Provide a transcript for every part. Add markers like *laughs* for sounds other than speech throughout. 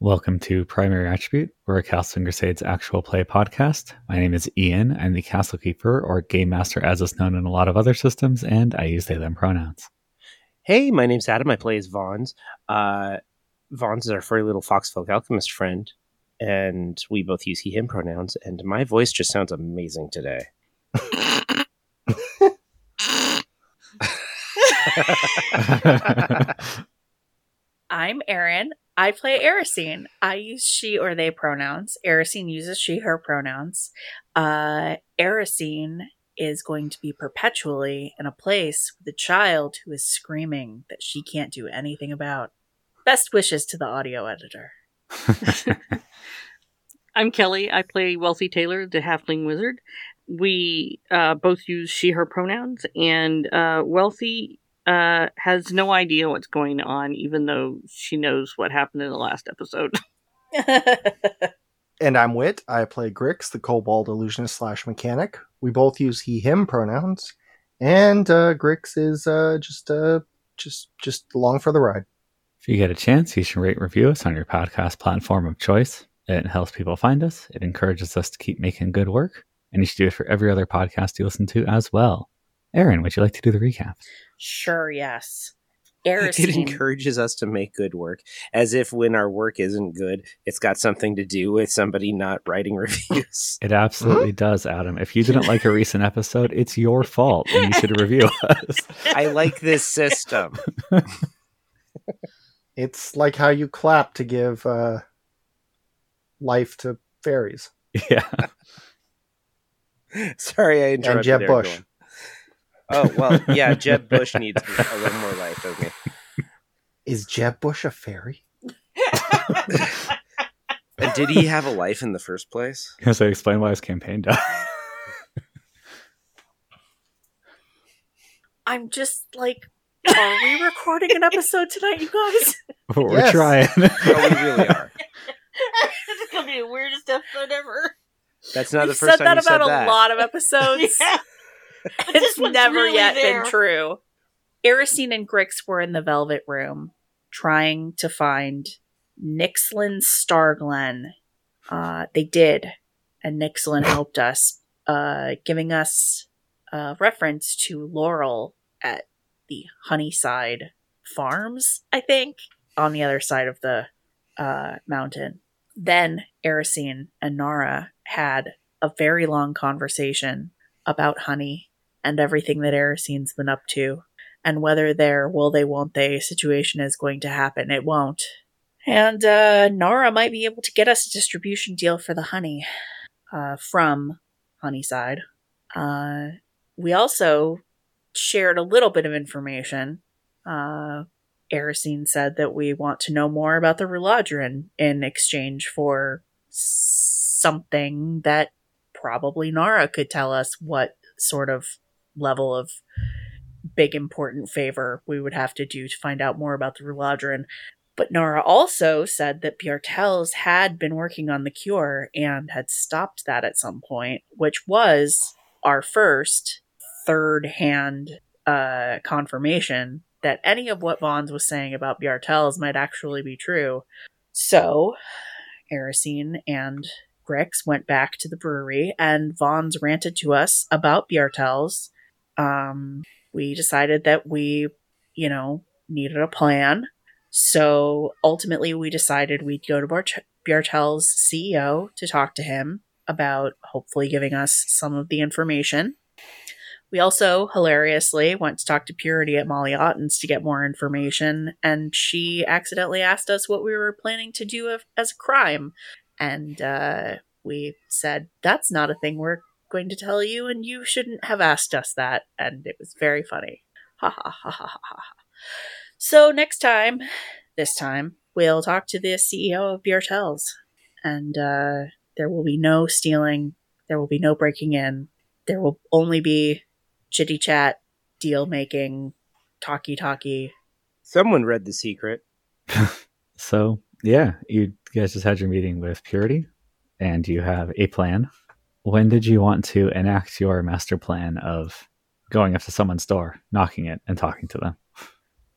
Welcome to Primary Attribute. We're a Castle and Crusades actual play podcast. My name is Ian. I'm the Castle Keeper, or Game Master as is known in a lot of other systems, and I use they, them pronouns. Hey, my name's Adam. I play as Vons. Uh, Vons is our furry little foxfolk alchemist friend, and we both use he, him pronouns, and my voice just sounds amazing today. *laughs* I'm Erin. I play Erisine. I use she or they pronouns. Erisine uses she, her pronouns. Uh, Erisine is going to be perpetually in a place with a child who is screaming that she can't do anything about. Best wishes to the *laughs* audio editor. I'm Kelly. I play Wealthy Taylor, the halfling wizard. We uh, both use she, her pronouns, and uh, Wealthy uh, has no idea what's going on, even though she knows what happened in the last episode. *laughs* And I'm Wit. I play Grix, the kobold illusionist slash mechanic. We both use he him pronouns, and uh, Grix is uh, just uh, just just along for the ride. If you get a chance, you should rate and review us on your podcast platform of choice. It helps people find us, it encourages us to keep making good work, and you should do it for every other podcast you listen to as well. Aaron, would you like to do the recap? sure, yes. It Erisine. encourages us to make good work, as if when our work isn't good, it's got something to do with somebody not writing *laughs* reviews. It absolutely does, Adam. If you didn't like a recent episode, it's your fault, and you should review us. *laughs* I like this system. It's like how you clap to give uh, life to fairies. Yeah. Sorry, I interrupted. Jeb everyone. Bush. Oh well, yeah, Jeb Bush needs a little more life of me. Is Jeb Bush a fairy? And did he have a life in the first place? *laughs* Because I explain why his campaign died. *laughs* I'm just like, are we recording an episode tonight, you guys? *laughs* But we're Yes. trying. Oh, we really are. it's gonna be the weirdest episode ever. That's not We've the first said time that you said about a that. lot of *laughs* episodes. *laughs* it's never yet been true. true. Erisine and Grix were in the Velvet Room trying to find Nixlin Starglen. Uh, they did, and Nixlin helped us, uh, giving us a reference to Laurel at the Honeyside Farms, I think, on the other side of the uh, mountain. Then Erisine and Nara had a very long conversation about honey and everything that Erisine's been up to, and whether their will they won't they situation is going to happen. It won't. And uh, Nara might be able to get us a distribution deal for the honey uh, from Honeyside. Uh, we also shared a little bit of information. Uh, Erisine said that we want to know more about the Ruladrin in exchange for something that probably Nara could tell us what sort of level of big important favor we would have to do to find out more about the Ruladrin. But Nara also said that Bjartels had been working on the cure and had stopped that at some point, which was our first third hand uh, confirmation that any of what Vons was saying about Bjartels might actually be true. So, Erisine and Grix went back to the brewery, and Vons ranted to us about Bjartels. Um, we decided that we, you know, needed a plan. So ultimately, we decided we'd go to Bar- Bjartel's CEO E to talk to him about hopefully giving us some of the information. We also hilariously went to talk to Purity at Molly Otten's to get more information, and she accidentally asked us what we were planning to do if, as a crime. And uh, we said, That's not a thing we're going to tell you, and you shouldn't have asked us that. And it was very funny. Ha ha ha ha ha ha. So next time, this time, we'll talk to the CEO of Bjartels, and uh, there will be no stealing. There will be no breaking in. There will only be chitty chat, deal making, talky talky. Someone read The Secret. so, yeah, you guys just had your meeting with Purity, and you have a plan. When did you want to enact your master plan of going up to someone's door, knocking it, and talking to them?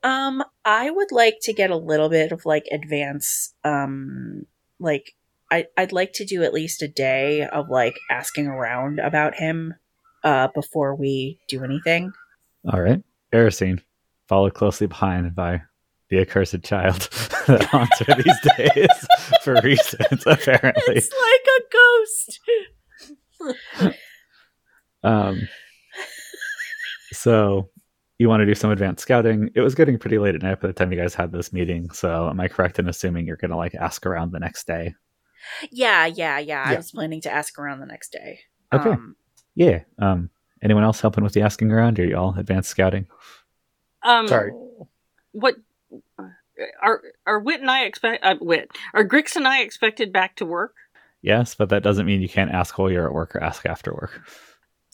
Um, I would like to get a little bit of like advance. Um, like I I'd like to do at least a day of like asking around about him, uh, before we do anything. All right. Erisine, followed closely behind by the accursed child *laughs* that haunts her these days for reasons, *laughs* apparently. It's like a ghost. Um, so you want to do some advanced scouting. It was getting pretty late at night by the time you guys had this meeting. So am I correct in assuming you're going to like ask around the next day? yeah, yeah, yeah, I Yeah. was planning to ask around the next day. Okay. *laughs* Um, Yeah. Um, anyone else helping with the asking around? Are you all advanced scouting? Um, Sorry. What uh, are are Wit and I expect? Uh, Wit are Grix and I expected back to work? Yes, but that doesn't mean you can't ask while you're at work or ask after work.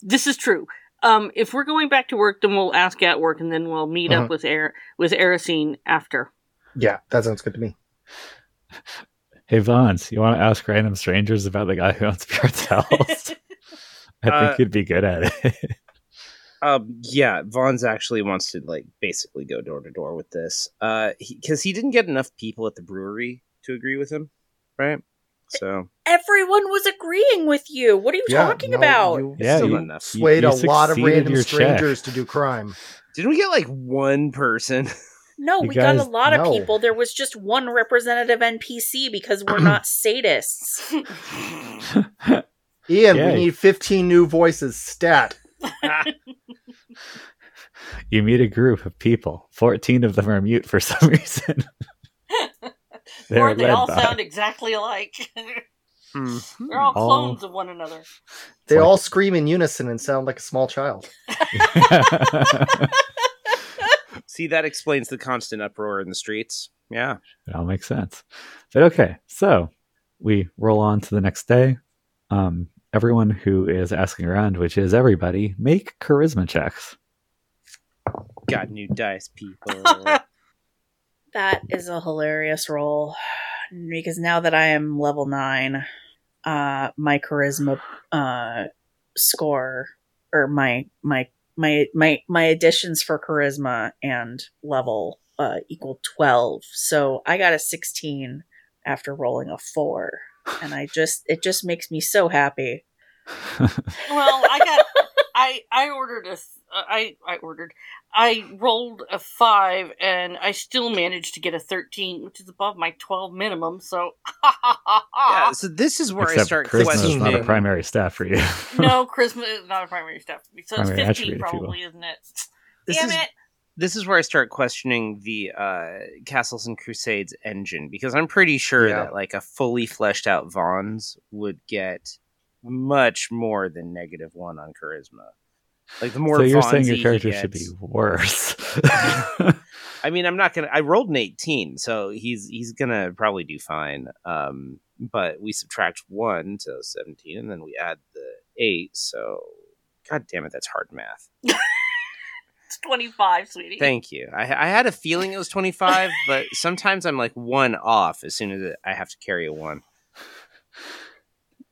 This is true. Um, if we're going back to work, then we'll ask at work, and then we'll meet Uh-huh. up with Air with Erosine after. Yeah, that sounds good to me. Hey, Vons, you want to ask random strangers about the guy who owns pure *laughs* towels? I think Uh, you'd be good at it. *laughs* Um, yeah, Vaughn's actually wants to like basically go door to door with this, because he, 'cause he didn't get enough people at the brewery to agree with him, right? So *laughs* everyone was agreeing with you. What are you Yeah, talking no, about? you Yeah, still you- not enough. swayed you a lot of succeeded random your check. strangers to do crime. Didn't we get like one person? No, You we got a guys- lot of no. people. There was just one representative NPC because *clears throat* we're not sadists. Ian, Yay. we need 15 new voices stat. you meet a group of people. 14 of them are mute for some *laughs* *laughs* reason. They're or they led all by- sound exactly alike. *laughs* Hmm. They're all All- clones of one another. They Like- all scream in unison and sound like a small child. *laughs* *laughs* See, that explains the constant uproar in the streets. Yeah. it all makes sense. But okay, so we roll on to the next day. Um, everyone who is asking around, which is everybody, make charisma checks. *laughs* Got new dice, *laughs* people. That is a hilarious roll because now that I am level nine, uh, my charisma uh, score or my my my my my additions for charisma and level uh, equal twelve. So I got a sixteen after rolling a four, and I just it just makes me so happy. well, I got I I ordered a th- I I ordered I rolled a 5 and I still managed to get a 13, which is above my 12 minimum, so *laughs* yeah, *laughs* so this is where I Except start charisma is questioning. not a primary stat for you. *laughs* no, Christmas is not a primary step. So Primary it's 15 attribute, if you probably, isn't it? This Damn is- it. this is where I start questioning the uh, Castles and Crusades engine because I'm pretty sure Yeah. that like a fully fleshed out Vons would get much more than negative one on charisma. Like the more so you're Vons saying your he character should be gets- worse. *laughs* I mean, I'm not gonna. I rolled an 18, so he's he's gonna probably do fine. Um, but we subtract one to 17, and then we add the eight. So, god damn it, that's hard math. It's 25, sweetie. Thank you. I, I had a feeling it was *laughs* 25, but sometimes I'm like one off as soon as I have to carry a one.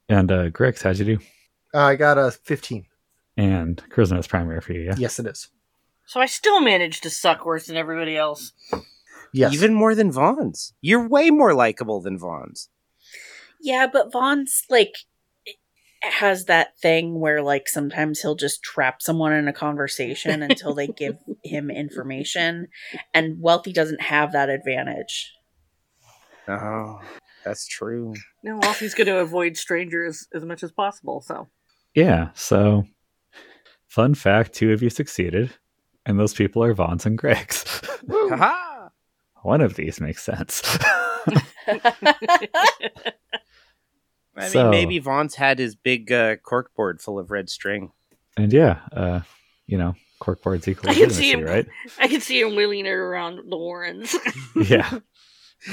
and uh, Grix, how'd you do? Uh, I got a 15. And charisma is primary for you, yeah? Yes, it is. so I still managed to suck worse than everybody else. Yes. Even more than Vaughn's. You're way more likable than Vaughn's. Yeah, but Vaughn's like has that thing where like sometimes he'll just trap someone in a conversation until they *laughs* give him information and wealthy doesn't have that advantage. Oh, that's true. No, Wealthy's going to avoid strangers as much as possible, *laughs* so. Yeah, so fun fact two of you succeeded, and those people are Vons and Grix. *laughs* Haha! One of these makes sense. *laughs* I mean, So- maybe Vaughn's had his big uh, corkboard full of red string. and yeah, uh, you know, corkboard's equal I can see legitimacy, him. right? *laughs* I can see him wheeling it around the *laughs* Warrens. Yeah.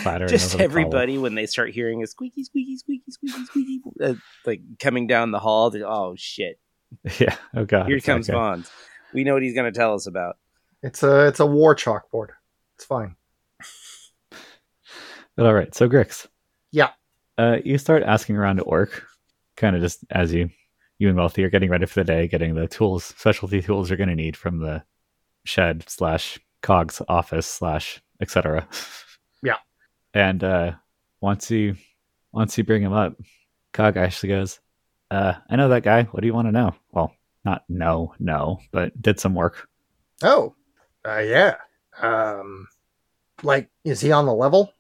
Clattering Just over the everybody when they start hearing a squeaky, squeaky, squeaky, squeaky, squeaky, uh, like coming down the hall. They, oh shit! cobble. *laughs* Yeah. Oh god. Here it's that comes guy. Vaughn's. We know what he's going to tell us about. It's a it's a war chalkboard. It's fine. But all right, so Grix. Yeah. Uh, you start asking around at work, kind of just as you, you and Wealthy are getting ready for the day, getting the tools, specialty tools you're going to need from the shed slash Cog's office slash etc. *laughs* Yeah. And uh, once you once you bring him up, Cog actually goes, uh, "I know that guy. What do you want to know?" Well, not no, no, but did some work. Oh, uh, yeah. Um, like, is he on the level?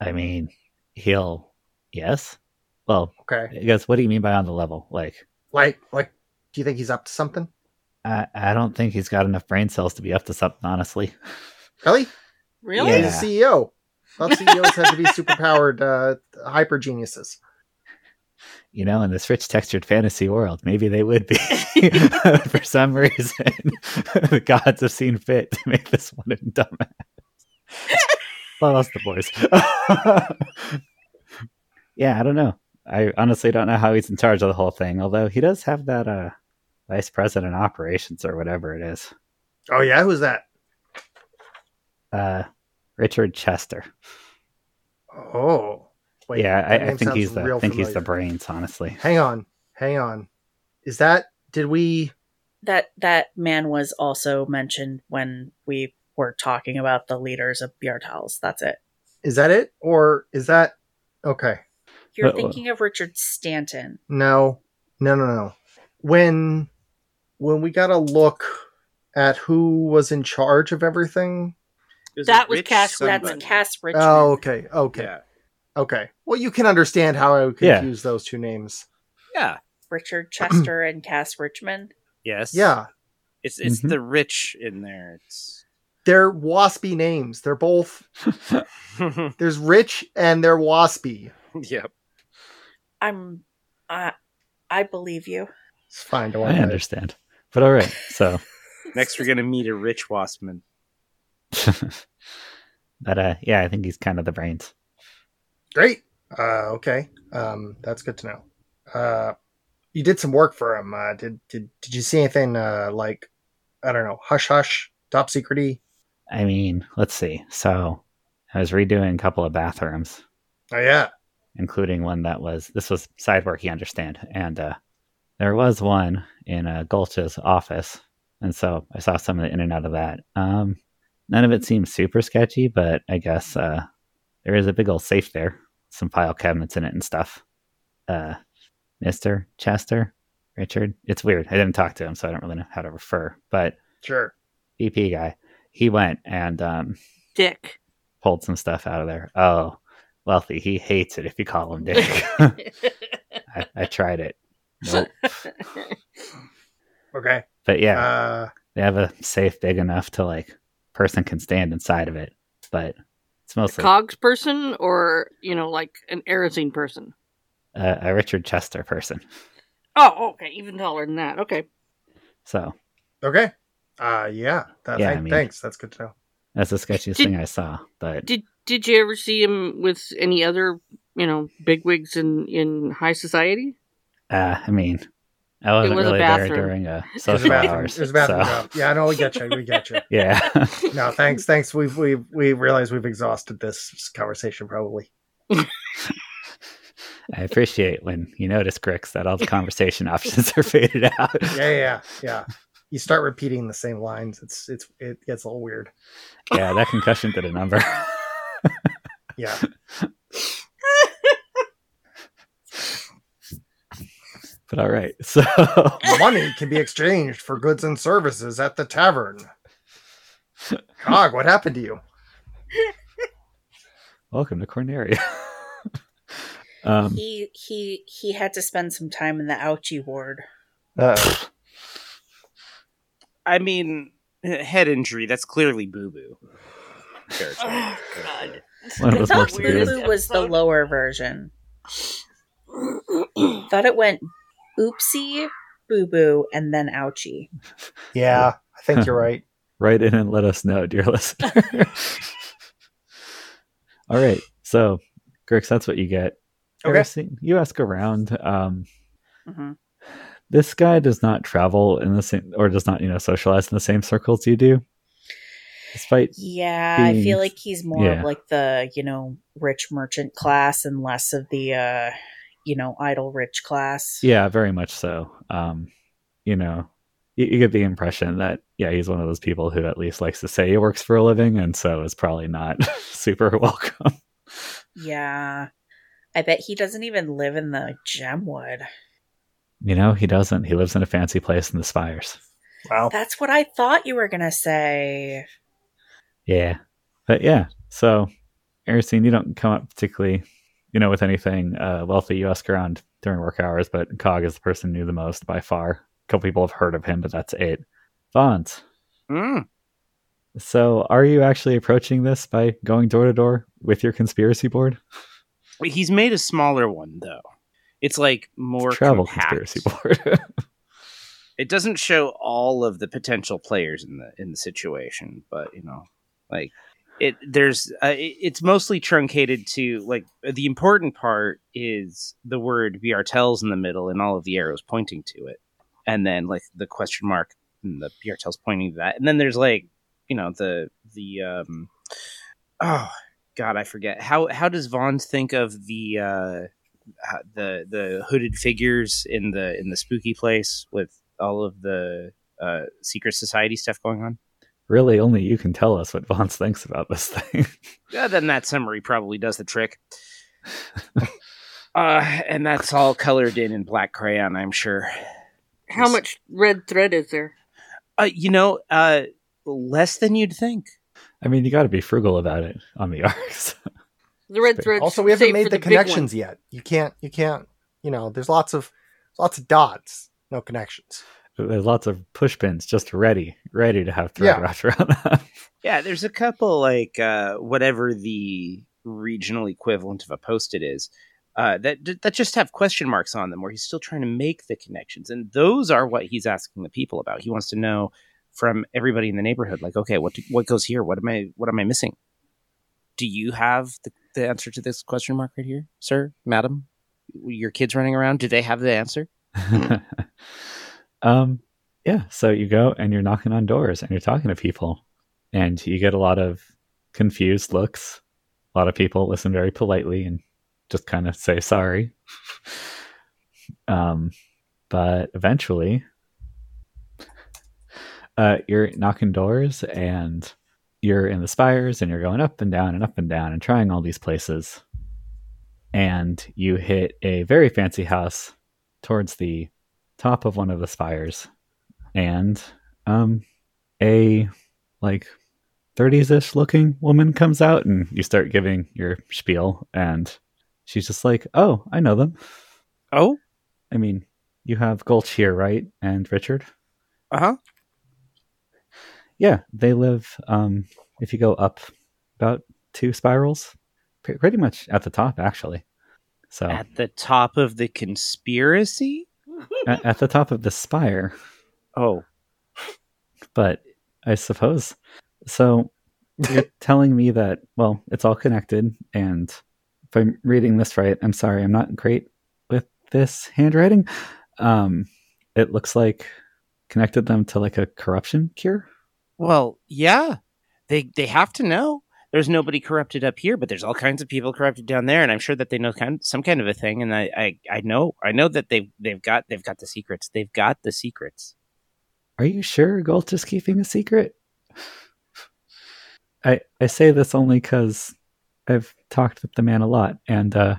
I mean, he'll yes. Well, Okay. I guess what do you mean by on the level? Like, Like, like, do you think he's up to something? I, I don't think he's got enough brain cells to be up to something, honestly. Really? Really? Yeah. He's E a CEO. Not CEOs have E to be superpowered uh, hyper geniuses. you know, in this rich textured fantasy world, maybe they would *laughs* be. *laughs* For some reason, *laughs* the gods have seen fit to make this one a dumbass. well, that's the boys. *laughs* yeah, I don't know. I honestly don't know how he's in charge of the whole thing, although he does have that uh, vice president operations or whatever it is. Oh yeah, who's that? Uh, Richard Chester. Oh, yeah, that I, I name think sounds he's the I real think he's the familiar. brains, honestly. Hang on, hang on. Is that? Did we? That that man was also mentioned when we were talking about the leaders of Bjartals. That's it. Is that it? Or is that? Okay. You're Uh, thinking of Richard Stanton. No, no, no, no. When when we got a look at who was in charge of everything. It was That a was rich Cass- somebody. That's Cass Richmond. Oh, okay, okay, Yeah. okay. Well, you can understand how I would Yeah. confuse those two names. Yeah. Richard Chester and Cass Richmond. Yes. Yeah, It's it's Mhm. the rich in there. It's *laughs* they're waspy names. They're both. There's rich and they're waspy. yep. I'm I I believe you. It's fine. Don't worry. I about it. understand. But all right, so. *laughs* Next, we're gonna meet a rich Wasman. but uh, yeah, I think he's kind of the brains. Great. Uh, okay. Um, that's good to know. Uh, you did some work for him. Uh, did did did you see anything? Uh, like, I don't know, hush hush, top secrety. I mean, let's see. So I was redoing a couple of bathrooms, Oh yeah. including one that was this was side work, you understand. And uh, there was one in uh, Gulch's office, and so I saw some of the in and out of that. Um, none of it seems super sketchy, but I guess uh, there is a big old safe there, some file cabinets in it and stuff. Uh, Mister Chester, Richard. It's weird. I didn't talk to him, so I don't really know how to refer, but. Sure. VP guy, he went and um, Dick. pulled some stuff out of there. Oh, wealthy, he hates it if you call him *laughs* Dick. *laughs* I, I tried it. Nope. Okay. But yeah, Uh, they have a safe big enough to like person can stand inside of it, but it's mostly Cogs person or, you know, like an Arizine person? a, a Richard Chester person. Oh, okay. Even taller than that. Okay. So okay. Uh, yeah. That, Yeah, thank- I mean- thanks. That's good to know. that's the sketchiest Did- thing I saw. But Did did you ever see him with any other, you know, bigwigs in in high society? uh, I mean, I wasn't was a really there bathroom. during *laughs* uh, It was a social bathroom. hours. It was a bathroom so, job. Yeah. No, we get you. We get you. *laughs* yeah. No, thanks. Thanks. We've we've we realize we've exhausted this conversation probably. I appreciate when you notice, Grix, that *laughs* all the conversation options are faded out. Yeah. Yeah. Yeah. You start repeating the same lines. It's it's it gets a little weird. yeah, that concussion did a number. *laughs* Yeah. But all right, so *laughs* money can be exchanged for goods and services at the tavern. Cog, what happened to you? welcome to Corneria. *laughs* um, he he he had to spend some time in the ouchie ward. I mean, eh, head injury. That's clearly boo boo. Oh, God. One of us That works *laughs* at the weirdest end. Boo was the episode. lower version. Thought it went oopsie, boo boo, and then ouchie. yeah, I think you're right. write in and let us know, dear listener. *laughs* all right, so Grix, that's what you get. Okay. Harrison, You ask around. Um, hmm this guy does not travel in the same, or does not, you know, socialize in the same circles you do. Despite Yeah, I Being- feel like he's more yeah. of like the you know rich merchant class and less of the uh you know idle rich class. Yeah, very much so. Um, you know, you, you get the impression that yeah, he's one of those people who at least likes to say he works for a living, and so is probably not *laughs* super welcome. Yeah. I bet he doesn't even live in the gemwood. You know, he doesn't. He lives in a fancy place in the spires. Wow. That's what I thought you were gonna say. Yeah. But yeah, so Aristine, you don't come up particularly, you know, with anything uh, wealthy. You ask around during work hours, but Cog is the person who knew the most by far. A couple people have heard of him, but that's it. Vaunt. Mm. So are you actually approaching this by going door to door with your conspiracy board? He's made a smaller one though. It's like more Travel compact. conspiracy board. *laughs* It doesn't show all of the potential players in the in the situation, but you know, like it there's uh, it, it's mostly truncated to like the important part is the word Viartels in the middle and all of the arrows pointing to it. And then like the question mark and the Viartels pointing to that. And then there's like, you know, the the um oh god, I forget. How how does Vaughn think of the uh ho- the the hooded figures in the in the spooky place with all of the uh secret society stuff going on? really, only you can tell us what Vance thinks about this thing. *laughs* Yeah, then that summary probably does the trick. uh, and that's all colored in in black crayon, I'm sure. How much red thread is there? Uh, you know, uh, less than you'd think. I mean, you got to be frugal about it on the *laughs* arcs. The red thread. also, we haven't made the, connections yet. You can't. You can't. You know, there's lots of lots of dots, no connections. There's lots of push pins just ready, ready to have thread Yeah. wrapped around them. Yeah, there's a couple like uh, whatever the regional equivalent of a post-it is uh, that that just have question marks on them, where he's still trying to make the connections, and those are what he's asking the people about. He wants to know from everybody in the neighborhood, like, okay, what do, what goes here? What am I what am I missing? Do you have the, the answer to this question mark right here, sir, madam? Your kids running around, do they have the answer? *laughs* um, yeah. So you go and you're knocking on doors and you're talking to people, and you get a lot of confused looks. A lot of people listen very politely and just kind of say sorry. *laughs* um, but eventually, uh, you're knocking doors and you're in the spires and you're going up and down and up and down and trying all these places. And you hit a very fancy house towards the top of one of the spires and um a like 30s-ish looking woman comes out and you start giving your spiel and she's just like oh i know them Oh, i mean you have gulch here right and richard uh huh. yeah they live um if you go up about two spirals pre- pretty much at the top actually so at, At the top of the conspiracy. at the top of the spire Oh, but I suppose so. You're telling me that well, it's all connected, and if I'm reading this right, I'm sorry, I'm not great with this handwriting. Um, it looks like connected them to like a corruption cure. Well, yeah. They they have to know. There's nobody corrupted up here, but there's all kinds of people corrupted down there, and I'm sure that they know kind some kind of a thing. And I, I, I know I know that they've they've got they've got the secrets. They've got the secrets. Are you sure Gulch is keeping a secret? I I say this only because I've talked with the man a lot, and uh,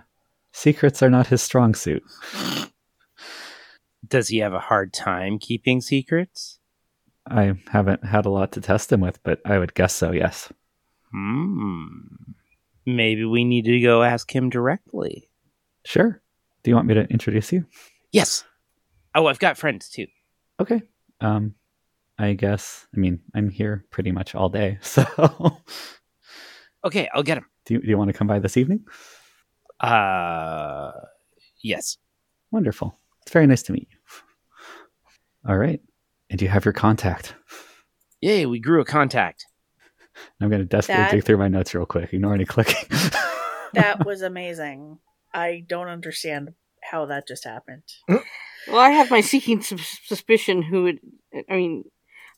secrets are not his strong suit. Does he have a hard time keeping secrets? I haven't had a lot to test him with, but I would guess so. Yes. Hmm. Maybe we need to go ask him directly. Sure. Do you want me to introduce you? Yes. Oh, I've got friends too. Okay. Um, I guess. I mean, I'm here pretty much all day, *laughs* so Okay, I'll get him. do you, do you want to come by this evening? Uh, yes. Wonderful. It's very nice to meet you. All right. And you have your contact. Yay, we grew a contact. I'm going to desperately That- dig through my notes real quick. Ignore any clicking. *laughs* That *laughs* was amazing. I don't understand how that just happened. Well, I have my seeking sus- suspicion who would. I mean,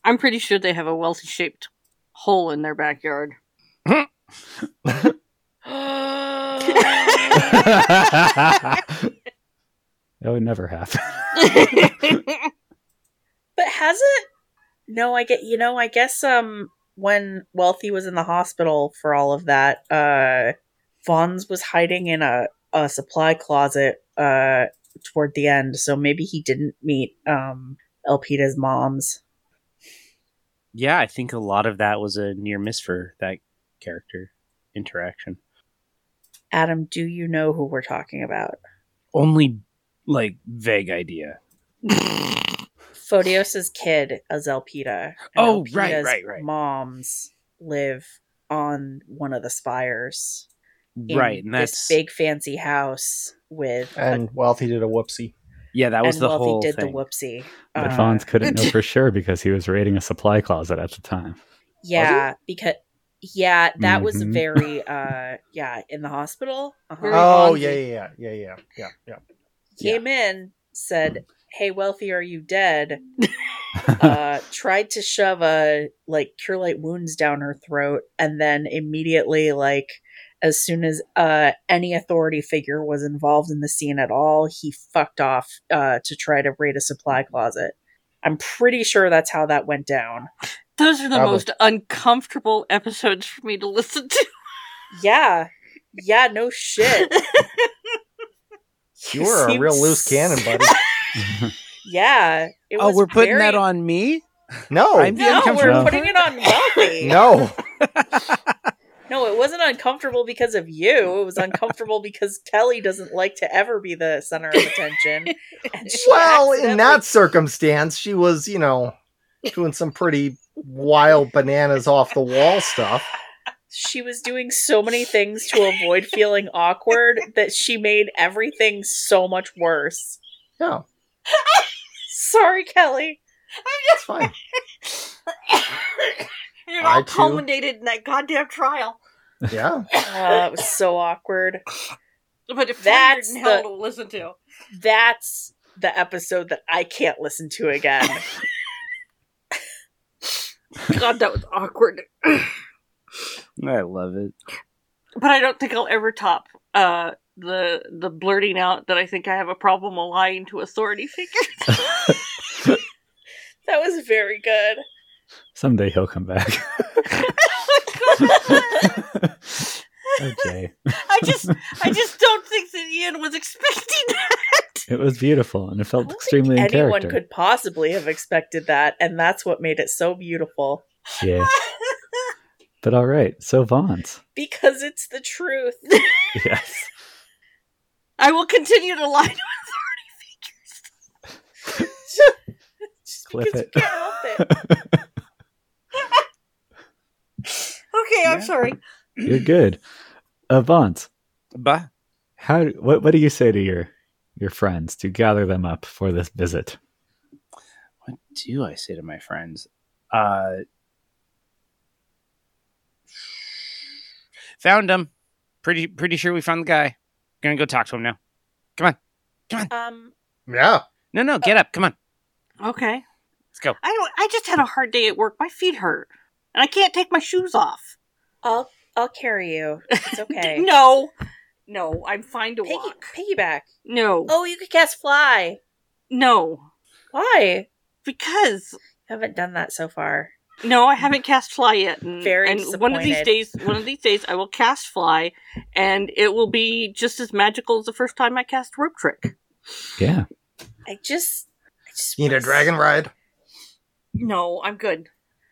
I'm pretty sure they have a wealthy shaped hole in their *laughs* backyard. *laughs* that would never happen. I But has it? No, I get you know, I guess um when Wealthy was in the hospital for all of that, uh Vaughn's was hiding in a, a supply closet uh toward the end, so maybe he didn't meet um Elpida's mom's. Yeah, I think a lot of that was a near miss for that character interaction. Adam, do you know who we're talking about? Only like vague idea. Photios's kid is Elpida. and Oh, right, Elpida's right, right. Moms live on one of the spires. in right, and this that's big fancy house with a- And Wealthy did a whoopsie. yeah, that was and the Wealthy whole did thing. the whoopsie. But Uh, Vons couldn't *laughs* know for sure because he was raiding a supply closet at the time. yeah, because yeah, that was Mm-hmm. Mhm. *laughs* very uh yeah, in the hospital. Very Uh-huh. Oh Fonzie. yeah, yeah, yeah, yeah, yeah, yeah, yeah. Came in, Mm. said, "Hey, wealthy, are you dead?" *laughs* uh, tried to shove a like cure light wounds down her throat, and then immediately, like as soon as uh, any authority figure was involved in the scene at all, he fucked off uh, to try to raid a supply closet. I'm pretty sure that's how that went down. Those are the Probably. most uncomfortable episodes for me to listen *laughs* to. Yeah, yeah, *laughs* no shit. You were a seemed real loose cannon, buddy. Yeah, it oh, was we're putting very- that on me. *laughs* No, I'm- No, uncomfortable. we're putting it on *laughs* wealthy. *laughs* no. No, it wasn't uncomfortable because of you. It was uncomfortable because Kelly doesn't like to ever be the center of attention. And she Well, in accidentally- that circumstance, she was, you know, doing some pretty wild bananas off the wall stuff. she was doing so many things to avoid feeling awkward that she made everything so much worse. Yeah, Sorry, Kelly. it's fine. it I all too. culminated in that goddamn trial. Yeah, Oh, it was so awkward. But if That's that's in hell the- to listen to. That's the episode that I can't listen to again. God, that was awkward. I love it. but I don't think I'll ever top uh, the the blurting out that I think I have a problem lying to authority figures. That was very good. *laughs* Someday he'll come *laughs* back. *laughs* okay. *laughs* I just I just don't think that Ian was expecting that. *laughs* It was beautiful and it I felt don't extremely in Anyone character. could possibly have expected that, and that's what made it so beautiful. *laughs* Yeah. But all right. So Vons. Because it's the truth. Yes. I will continue to lie to authority figures. Just Clip because it. you can't help *laughs* it. Okay, Yeah. I'm sorry. *clears throat* You're good. Uh, Vons, Bah. how? What? What do you say to your your friends to gather them up for this visit? What do I say to my friends? Uh, found him. Pretty pretty sure we found the guy. Gonna go talk to him now. Um, yeah. No, no, get up. Come on, Okay. let's go. I don't I just had a hard day at work. My feet hurt. And I can't take my shoes off. I'll I'll carry you. It's *laughs* okay. No. No, I'm fine to Piggy, walk. piggyback. No. Oh, you could cast fly. No. Why? Because Haven't done that so far. no, I haven't cast fly yet. And, Very and one of these disappointed. days one of these days I will cast fly and it will be just as magical as the first time I cast rope trick. Yeah. I just, I just Need a wanna dragon ride? No, I'm good.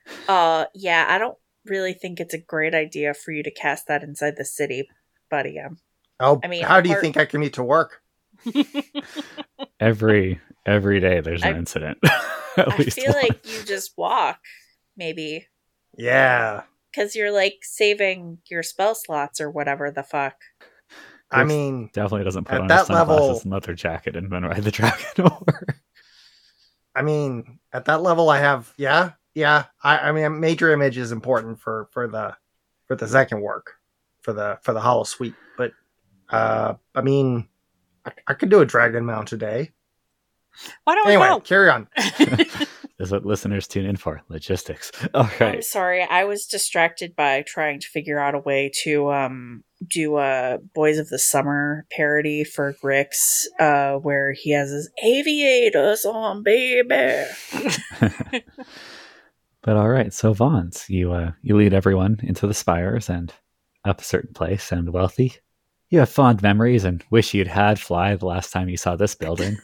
s- Uh, yeah. I don't really think it's a great idea for you to cast that inside the city, buddy. Um, Oh, I mean, how do you apart- think I commute to work? Every every day there's an I- incident. *laughs* At I least feel one. like you just walk, maybe. Yeah, because you're like saving your spell slots or whatever the fuck. I There's- mean, Definitely doesn't put At on that his sunglasses, level- leather jacket, and then ride the dragon *laughs* over. I mean, at that level, I have yeah, yeah. I, I mean, major image is important for for the for the second work for the for the hollow suite, but uh, I mean, I, I could do a dragon mount today. Why don't Oh, Anyway, we go? carry on. *laughs* is what listeners tune in for logistics. All I'm right. sorry, I was distracted by trying to figure out a way to um do a Boys of the Summer parody for Grix, uh, where he has his aviators on, baby. *laughs* but all right. So Vons, you uh, you lead everyone into the spires and up a certain place and wealthy. You have fond memories and wish you'd had fly the last time you saw this *laughs* building,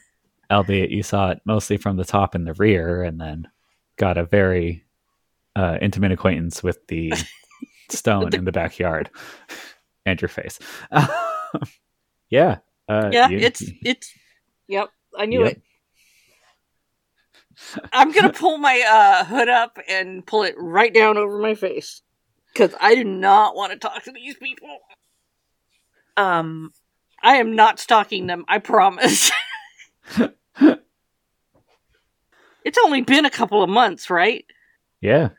albeit you saw it mostly from the top and the rear, and then got a very uh, intimate acquaintance with the *laughs* stone in the backyard *laughs* and your face. *laughs* yeah. Uh, yeah, you- it's it's. Yep, I knew Yep. it. I'm gonna pull my uh, hood up and pull it right down over my face because I do not want to talk to these people. Um, I am not stalking them. *laughs* I promise. *laughs* it's only been a couple of months, right? Yeah.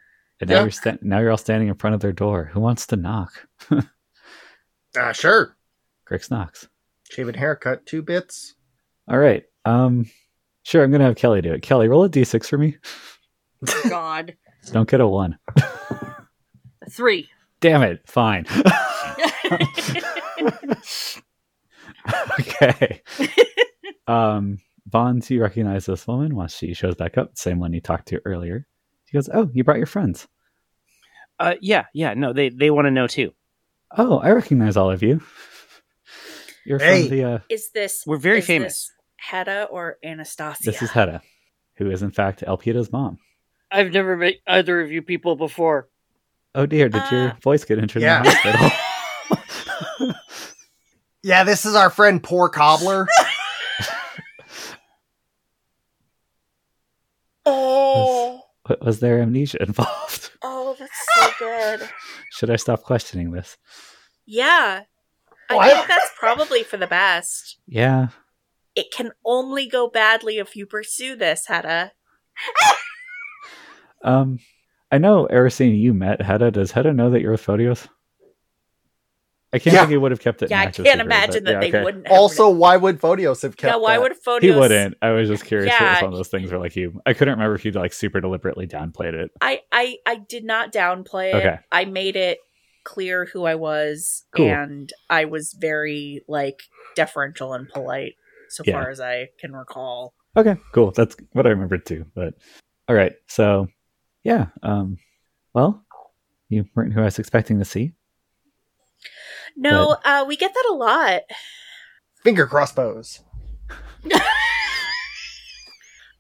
And now Yeah. you're sta- now you're all standing in front of their door. Who wants to knock? Ah, sure. Grix knocks. Shaven haircut, two bits. All right. Um sure, I'm gonna have Kelly do it. Kelly, roll a D six for me. Oh, God, Don't get a one. three. Damn it. Fine. *laughs* *laughs* okay. um Bonds, you recognize this woman once she shows back up, same one you talked to earlier. She goes, Oh, you brought your friends. Uh, yeah, yeah. No, they they want to know too. Oh, I recognize all of you. You're Hey. from the uh is this We're very is famous. this Hedda or Anastasia? this is Hedda, who is in fact Elpida's mom. *laughs* I've never met either of you people before. Oh dear, did your Uh, voice get injured Ah. yeah. in the hospital? Yeah, this is our friend *laughs* Poor Cobbler. oh, Wa- Was there amnesia *laughs* involved? oh, that's *laughs* so good. Should I stop questioning this? Yeah, I What? think that's probably for the best. Yeah. It can only go badly if you pursue this, Hedda. Um, I know Erisine, you met Hedda. Does Hedda know that you're with Photios? I can't Yeah. think he would have kept it. Yeah, I in active can't secret, imagine but- that yeah, they okay. wouldn't. have also, why would Photios have kept Yeah, why that? would Photios? He wouldn't. I was just curious. it was Yeah. one of those things where like you, I couldn't remember if you like super deliberately downplayed it. I I I did not downplay it. Okay. I made it clear who I was, Cool. and I was very like deferential and polite, so Yeah. far as I can recall. Okay, cool. That's what I remembered too. But all right, so yeah. Um, well, you weren't who I was expecting to see. No, uh, we get that a lot. Finger crossbows.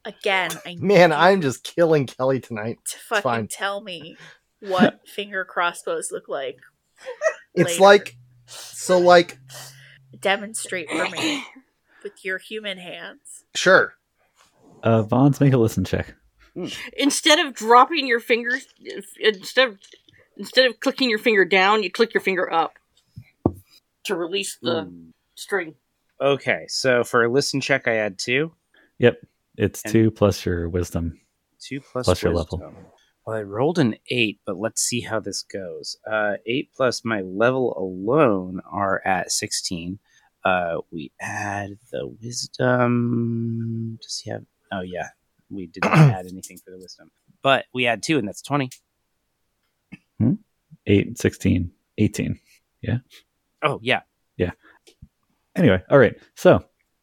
Again, I *laughs* Man, need I'm just killing Kelly tonight. to fucking fine. tell *laughs* me what finger crossbows look like. It's Later. like, so like, Demonstrate *coughs* for me with your human hands. sure. Uh, Vons, make a listen check. Instead of dropping your fingers, if- instead of instead of clicking your finger down, you click your finger up to release the Hmm. Mm. string. Okay, so for a listen check, I add two, It's And- two plus your wisdom. two plus, Plus your wisdom. level. Well, I rolled an eight, but let's see how this goes. Uh, eight plus my level alone are at sixteen. Uh, we add the wisdom. Does he have? Oh yeah, we didn't *coughs* add anything for the wisdom, but we add two, and that's twenty. Eight, 16, 18. Oh yeah, Anyway, all right. So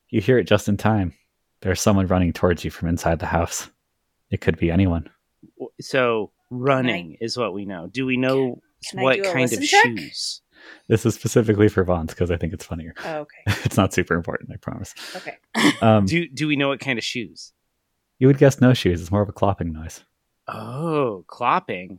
you hear it just in time. There's someone running towards you from inside the house. It could be anyone. W- so running is what we know. Do we know Can I what do a kind of listen check? shoes? This is specifically for Vons because I think it's funnier. *laughs* Oh, okay. it's not super important, I promise. Okay. Um, Do do we know what kind of shoes? you would guess no shoes. It's more of a clopping noise. Oh, clopping.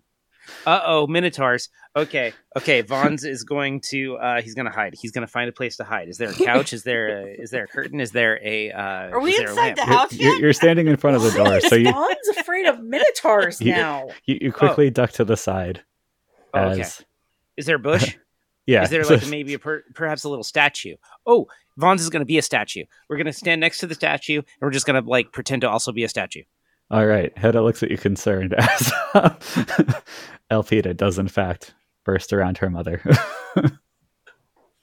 Uh oh, Minotaurs. Okay, okay. Vons is going to. uh He's going to hide. He's going to find a place to hide. Is there a couch? is there a, is there a curtain? Is there a? Uh, Are we is there a inside lamp? the You're- house You're, yet? you're standing in front of the *laughs* door, so you, Vaughn's afraid of *laughs* minotaurs You- now. you, you quickly duck to the side. Oh, okay. as- Is there a bush? *laughs* Yeah. Is there so- *laughs* like maybe a per- perhaps a little statue? Oh, Vons is going to be a statue. We're going to stand next to the statue, and we're just going to like pretend to also be a statue. All right. Hedda looks at you concerned *laughs* as Elpida does, in fact, burst around her mother. *laughs*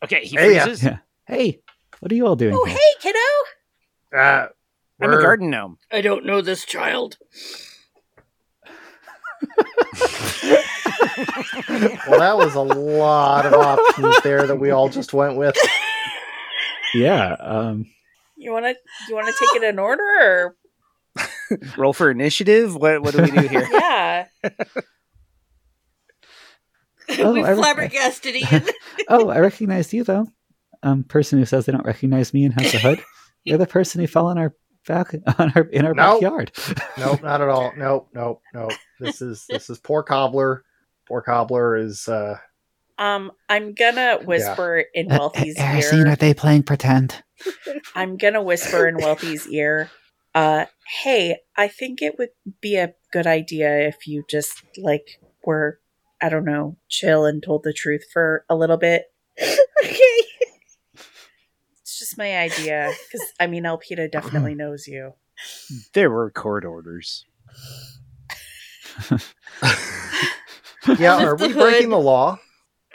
Okay, he Hey, uh, freezes. yeah. Hey, what are you all doing Oh, Mm-hmm. here? hey, kiddo. Uh, I'm a we're- garden gnome. I don't know this child. Well, that was a lot of options there that we all just went with. Yeah. Um, You want to you want to take it Oh. in order? Or, Roll for initiative. What what do we do here? *laughs* yeah. Oh, *laughs* we I re- *laughs* flabbergasted Ian. oh, I recognize you though. Um, person who says they don't recognize me and has a *laughs* hood. You're the person who fell on our back on our in our *laughs* No. backyard. Nope, not at all. Nope, nope, nope. This is this is poor cobbler. Poor cobbler is uh Um, I'm gonna whisper in Wealthy's ear. they playing pretend? I'm gonna whisper in Wealthy's ear, uh, hey, I think it would be a good idea if you just like were, I don't know, chill and told the truth for a little bit. *laughs* okay. It's just my idea, because I mean, Elpida *clears throat* definitely knows you. *laughs* There were court orders. yeah, Lift are the we breaking hood. the law?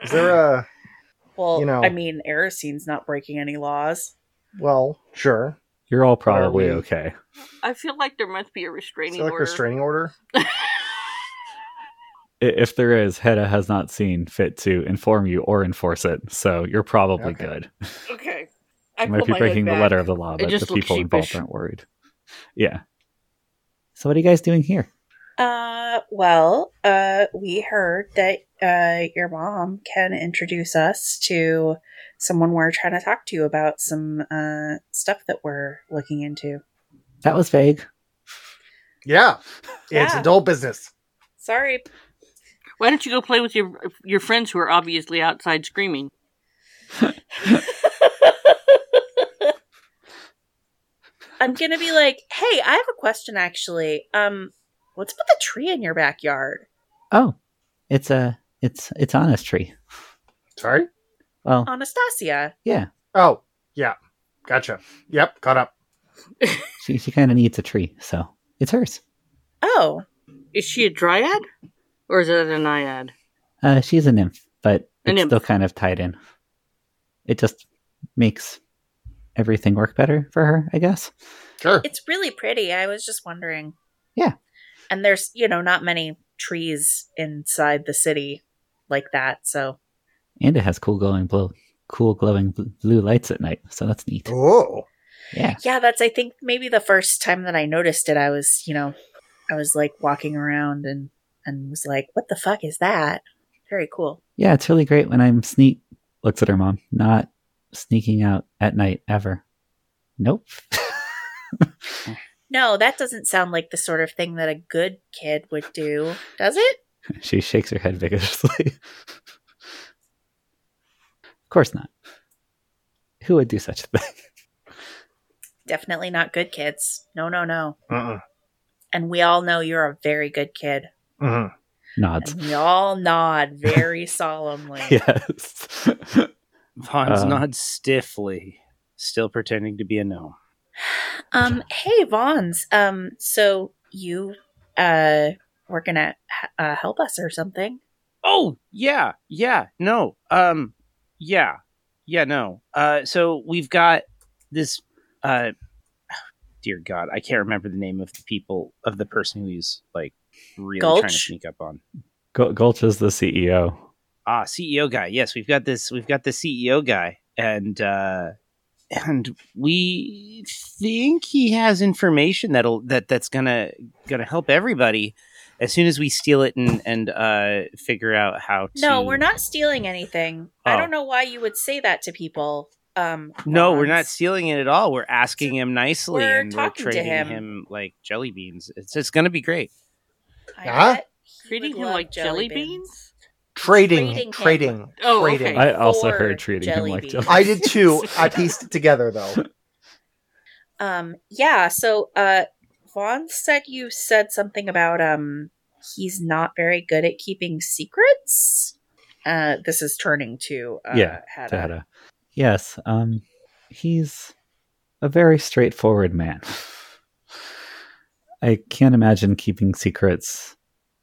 Is there a Well, You know. I mean, Erisine's not breaking any laws. well, sure. You're all probably we- okay. I feel like there must be a restraining Is there like a order. restraining order? I- If there is, Hedda has not seen fit to inform you or enforce it, so you're probably Okay. good. *laughs* okay. I You might pulled be my hood breaking the back. letter of the law, It but the just looks people sheepish. involved aren't worried. Yeah. So what are you guys doing here? Uh, well, uh, we heard that uh, your mom can introduce us to someone we're trying to talk to about some uh, stuff that we're looking into. That was vague. Yeah. It's Yeah. adult business. Sorry, Why don't you go play with your your friends who are obviously outside screaming? I'm gonna be like, hey, I have a question actually. Um, what's about the tree in your backyard? Oh, it's a it's it's honest tree. Sorry? Well, Anastasia. yeah, Oh, yeah. Gotcha. Yep, caught up. she she kind of needs a tree, so it's hers. Oh, Is she a dryad, or is it a naiad? Uh, she's a nymph, but A it's nymph. still kind of tied in. It just makes everything work better for her, I guess. Sure. it's really pretty. I was just wondering. Yeah. And there's, you know, not many trees inside the city like that, so And it has cool glowing blue, cool glowing bl- blue lights at night, so that's neat. Oh. Yeah, yeah, that's I think maybe the first time that I noticed it, I was, you know, I was like walking around and and was like, what the fuck is that? Very cool. yeah, it's really great when I'm sneak. Looks at her mom, not sneaking out at night ever. Nope. *laughs* No, that doesn't sound like the sort of thing that a good kid would do, does it? she shakes her head vigorously. *laughs* of course not. Who would do such a thing? *laughs* Definitely not good kids. No, no, no. Mm-mm. And we all know you're a very good kid. Mm-mm. Nods. And we all nod very solemnly. *laughs* Yes. Vaughn's Um, nods stiffly, still pretending to be a no. Um, hey, Vons. Um, so you uh were gonna h- uh, help us or something? Oh, yeah, yeah, no. Um yeah. Yeah, no. Uh so we've got this uh dear god, I can't remember the name of the people of the person who's like really trying to Gulch? sneak up on. Gul- Gulch is the E CEO. Ah, CEO guy. Yes, we've got this we've got the CEO guy and uh and we think he has information that'll that that's gonna gonna help everybody as soon as we steal it and and uh figure out how to No, we're not stealing anything. I Oh. don't know why you would say that to people. Um, No, we're Vons. not stealing it at all. We're asking him nicely We're and we're talking to trading him. him. like jelly beans. It's it's gonna be great. I Huh? bet he Treating would him love like jelly beans? Trading Trading, him. trading, Oh, okay. trading. I also Four heard treating him jelly like beans. jelly. I did too. I pieced it together though. *laughs* Um, yeah, so uh Vaughn said you said something about um he's not very good at keeping secrets. Uh this is turning to uh Yeah, *laughs* Hedda. Tada. Yes. Um, he's a very straightforward man. I can't imagine keeping secrets,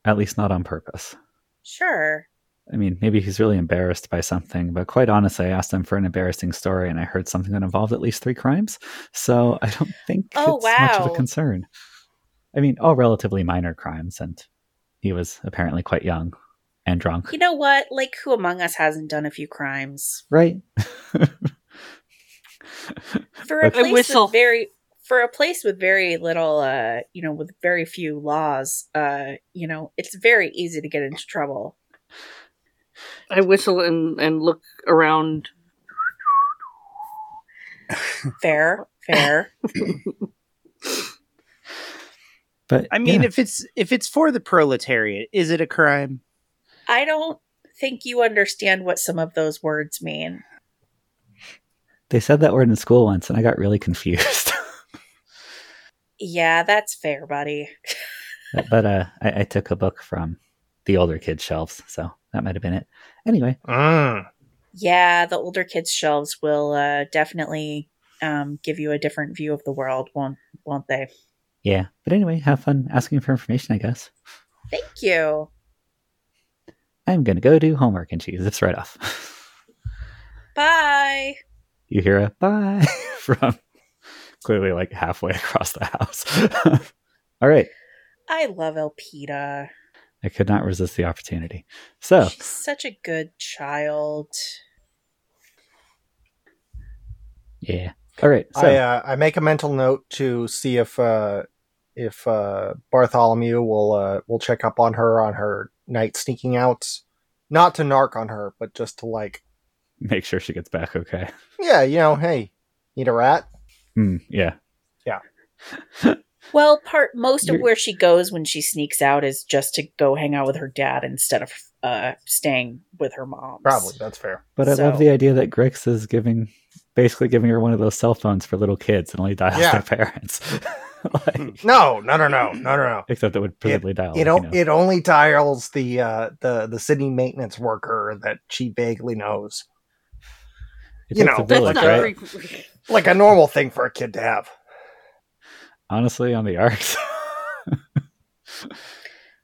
at least not on purpose. Sure. I mean, maybe he's really embarrassed by something, but quite honestly, I asked him for an embarrassing story and I heard something that involved at least three crimes. So I don't think Oh, it's much of a wow. concern. I mean, all relatively minor crimes, and he was apparently quite young. and drunk. You know what? Like, who among us hasn't done a few crimes? right? For a Okay. place whistle. with very for a place with very little uh you know, with very few laws, uh, you know, it's very easy to get into trouble. I whistle and, and look around. Fair, fair. but I mean, yeah. if it's if it's for the proletariat, is it a crime? I don't think you understand what some of those words mean. they said that word in school once, and I got really confused. *laughs* Yeah, that's fair, buddy. but but, uh, I, I took a book from the older kids' shelves, so that might have been it. Anyway, Mm. Yeah, the older kids' shelves will uh, definitely um, give you a different view of the world, won't won't they? yeah. But anyway, have fun asking for information. I guess Thank you. I'm gonna go do homework, and she zips right off. *laughs* Bye. you hear a bye *laughs* from clearly like halfway across the house. *laughs* All right. I love Elpida. I could not resist the opportunity. So, She's such a good child. yeah. All right. So, I uh, I make a mental note to see if uh, if uh, Bartholomew will uh, will check up on her on her night sneaking outs, not to narc on her, but just to like, make sure she gets back okay. yeah, you know, hey, need a rat? Hmm, yeah. Well, part most of You're- where she goes when she sneaks out is just to go hang out with her dad instead of uh, staying with her mom. Probably that's fair. But I love So- the idea that Grix is giving, basically giving her one of those cell phones for little kids and only dials Yeah. their parents. *laughs* like, No, no, no, no, no, no, no. except it would presumably dial. It, like, o- it only dials the uh, the the city maintenance worker that she vaguely knows, It you takes know, a That's village, not right? very- creepy. like a normal thing for a kid to have. Honestly, on the *laughs* arcs.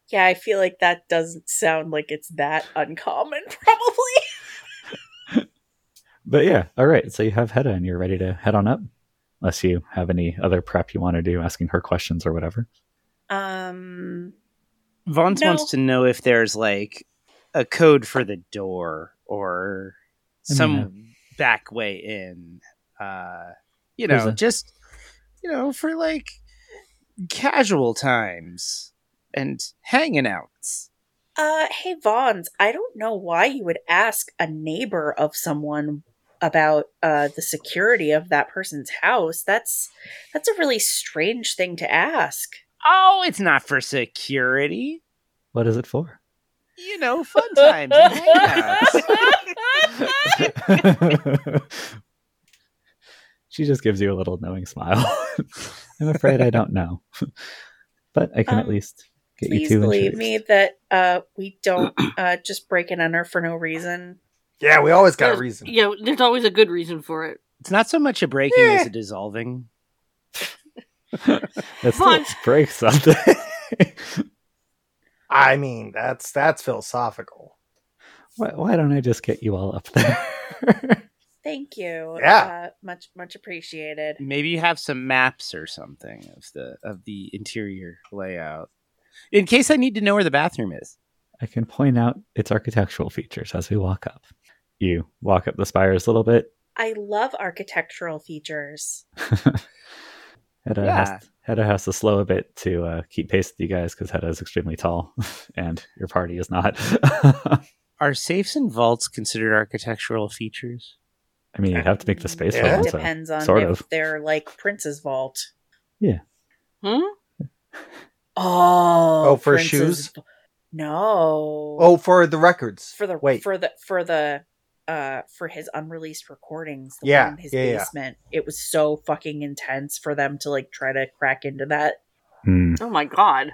Yeah, I feel like that doesn't sound like it's that uncommon, *laughs* probably. but yeah, all right. So you have Hedda and you're ready to head on up, unless you have any other prep you want to do, asking her questions or whatever. Um, Vaughn No. wants to know if there's like a code for the door or I mean, some uh, back way in. Uh, you There's know, a- just you know, for like casual times and hanging outs. Uh, hey Vons, I don't know why you would ask a neighbor of someone about uh the security of that person's house. That's that's a really strange thing to ask. Oh, it's not for security. What is it for? You know, fun times and hangouts. *laughs* she just gives you a little knowing *laughs* smile. I'm afraid I don't know, but I can at Um, least get you Please two believe introduced. me that uh we don't uh just break and enter for no reason. Yeah, we always got a reason. Yeah, there's always a good reason for it. It's not so much a breaking Yeah. as a dissolving. Let's still *laughs* Vaughn- break something. I mean, that's that's philosophical. why, why don't I just get you all up there? *laughs* Thank you. Yeah. Uh, much much appreciated. Maybe you have some maps or something of the of the interior layout. In case I need to know where the bathroom is. I can point out its architectural features as we walk up. You walk up the spires a little bit. I love architectural features. Hedda, Yeah. has, Hedda has to slow a bit to uh, keep pace with you guys because Hedda is extremely tall *laughs* and your party is not. *laughs* I Are safes and vaults considered architectural features? mean, you'd have to make the space Yeah. for It one, so depends on sort if of. they're like Prince's vault. Hmm? Oh, Oh, for Prince's shoes? v- No. Oh, for the records. for the wait. for the for the uh for his unreleased recordings. The Yeah, one in his yeah, yeah. basement. It was so fucking intense for them to like try to crack into that. Hmm, Oh my god.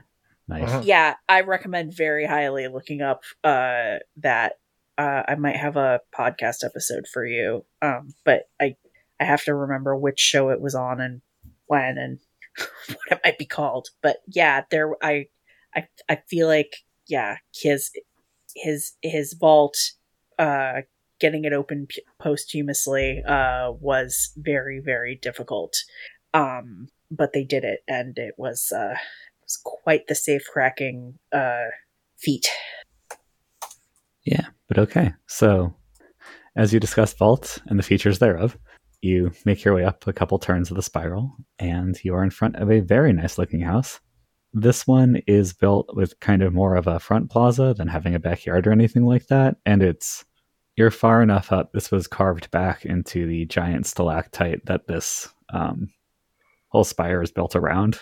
nice. Uh-huh. Yeah, I recommend very highly looking up uh that. Uh, I might have a podcast episode for you, um, but I I have to remember which show it was on and when and *laughs* what it might be called. But yeah, there I I I feel like yeah his his his vault uh getting it open p- posthumously uh was very very difficult um but they did it and it *laughs* was uh it was quite the safe cracking uh feat Yeah, but okay. So, as you discuss vaults and the features thereof, you make your way up a couple turns of the spiral, and you are in front of a very nice looking house. This one is built with kind of more of a front plaza than having a backyard or anything like that, and it's you're far enough up. This was carved back into the giant stalactite that this um, whole spire is built around,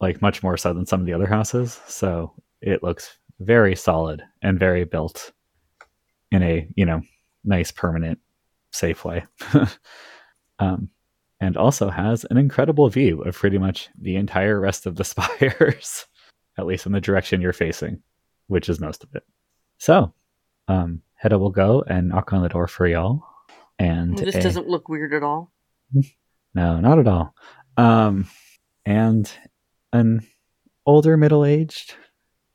like much more so than some of the other houses. So it looks very solid and very built in a you know nice permanent safe way *laughs* um, and also has an incredible view of pretty much the entire rest of the *laughs* spires at least in the direction you're facing which is most of it so um, hedda will go and knock on the door for y'all and This a- doesn't look weird at all. no not at all um, and an older middle-aged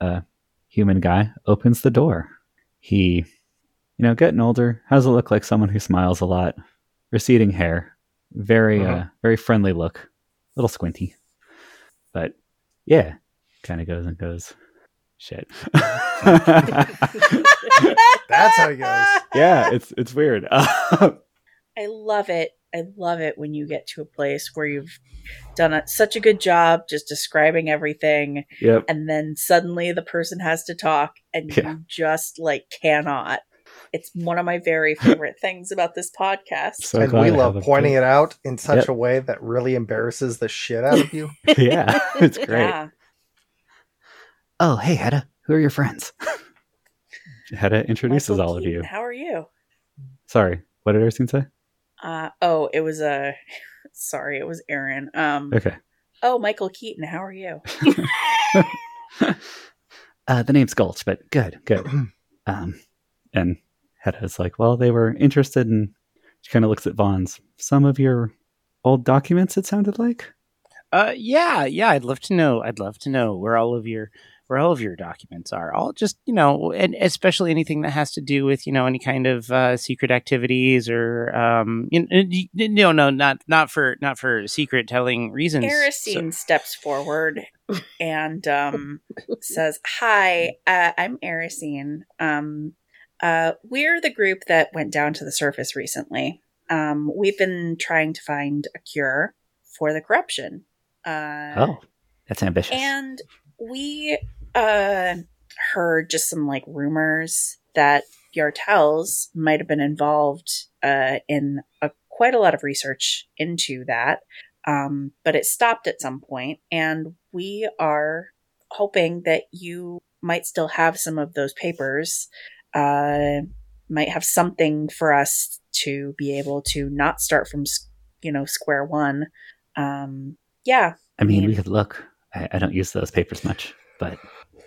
uh, human guy opens the door he you know getting older has a look like someone who smiles a lot receding hair very uh Mhm. very friendly look a little squinty but yeah kind of goes and goes shit *laughs* That's how it goes. yeah it's it's weird *laughs* *laughs* I love it. I love it when you get to a place where you've done a, such a good job just describing everything, *laughs* yep and then suddenly the person has to talk, and Yeah. you just like cannot. It's one of my *laughs* very favorite things about this podcast. so and glad we I love have a pointing it out in such Yep. a way that really embarrasses the shit *laughs* out of you. big- yeah it's great Yeah. oh hey hedda who are your friends *laughs* hedda introduces Michael all of you Keaton, How are you? sorry what did Erskine say Uh, oh, it was a. *laughs* Sorry, it was Aaron. Um. okay Oh, Michael Keaton. How are you? uh, the name's Gulch, but good, good. *clears throat* Um, and Hedda's like, well, they were interested in. She kind of looks at Vaughn's. Some of your old documents. It sounded like. Uh, yeah, yeah. I'd love to know. I'd love to know where all of your where all of your documents are. All just you know, and especially anything that has to do with you know any kind of uh, secret activities or um, you, you, you- no, no, not not for not for secret telling reasons. Aracene steps forward and um, says, "Hi, uh, I'm Aracene. Um, uh, we're the group that went down to the surface recently. Um, we've been trying to find a cure for the corruption. Uh, Oh, that's ambitious. and we uh, heard just some like rumors that Yartels might have been involved uh, in a, quite a lot of research into that, um, but it stopped at some point, and we are hoping that you might still have some of those papers, uh, might have something for us to be able to not start from s- you know square one. Um, yeah, I mean, we mean- could look. I, I don't use those papers much, but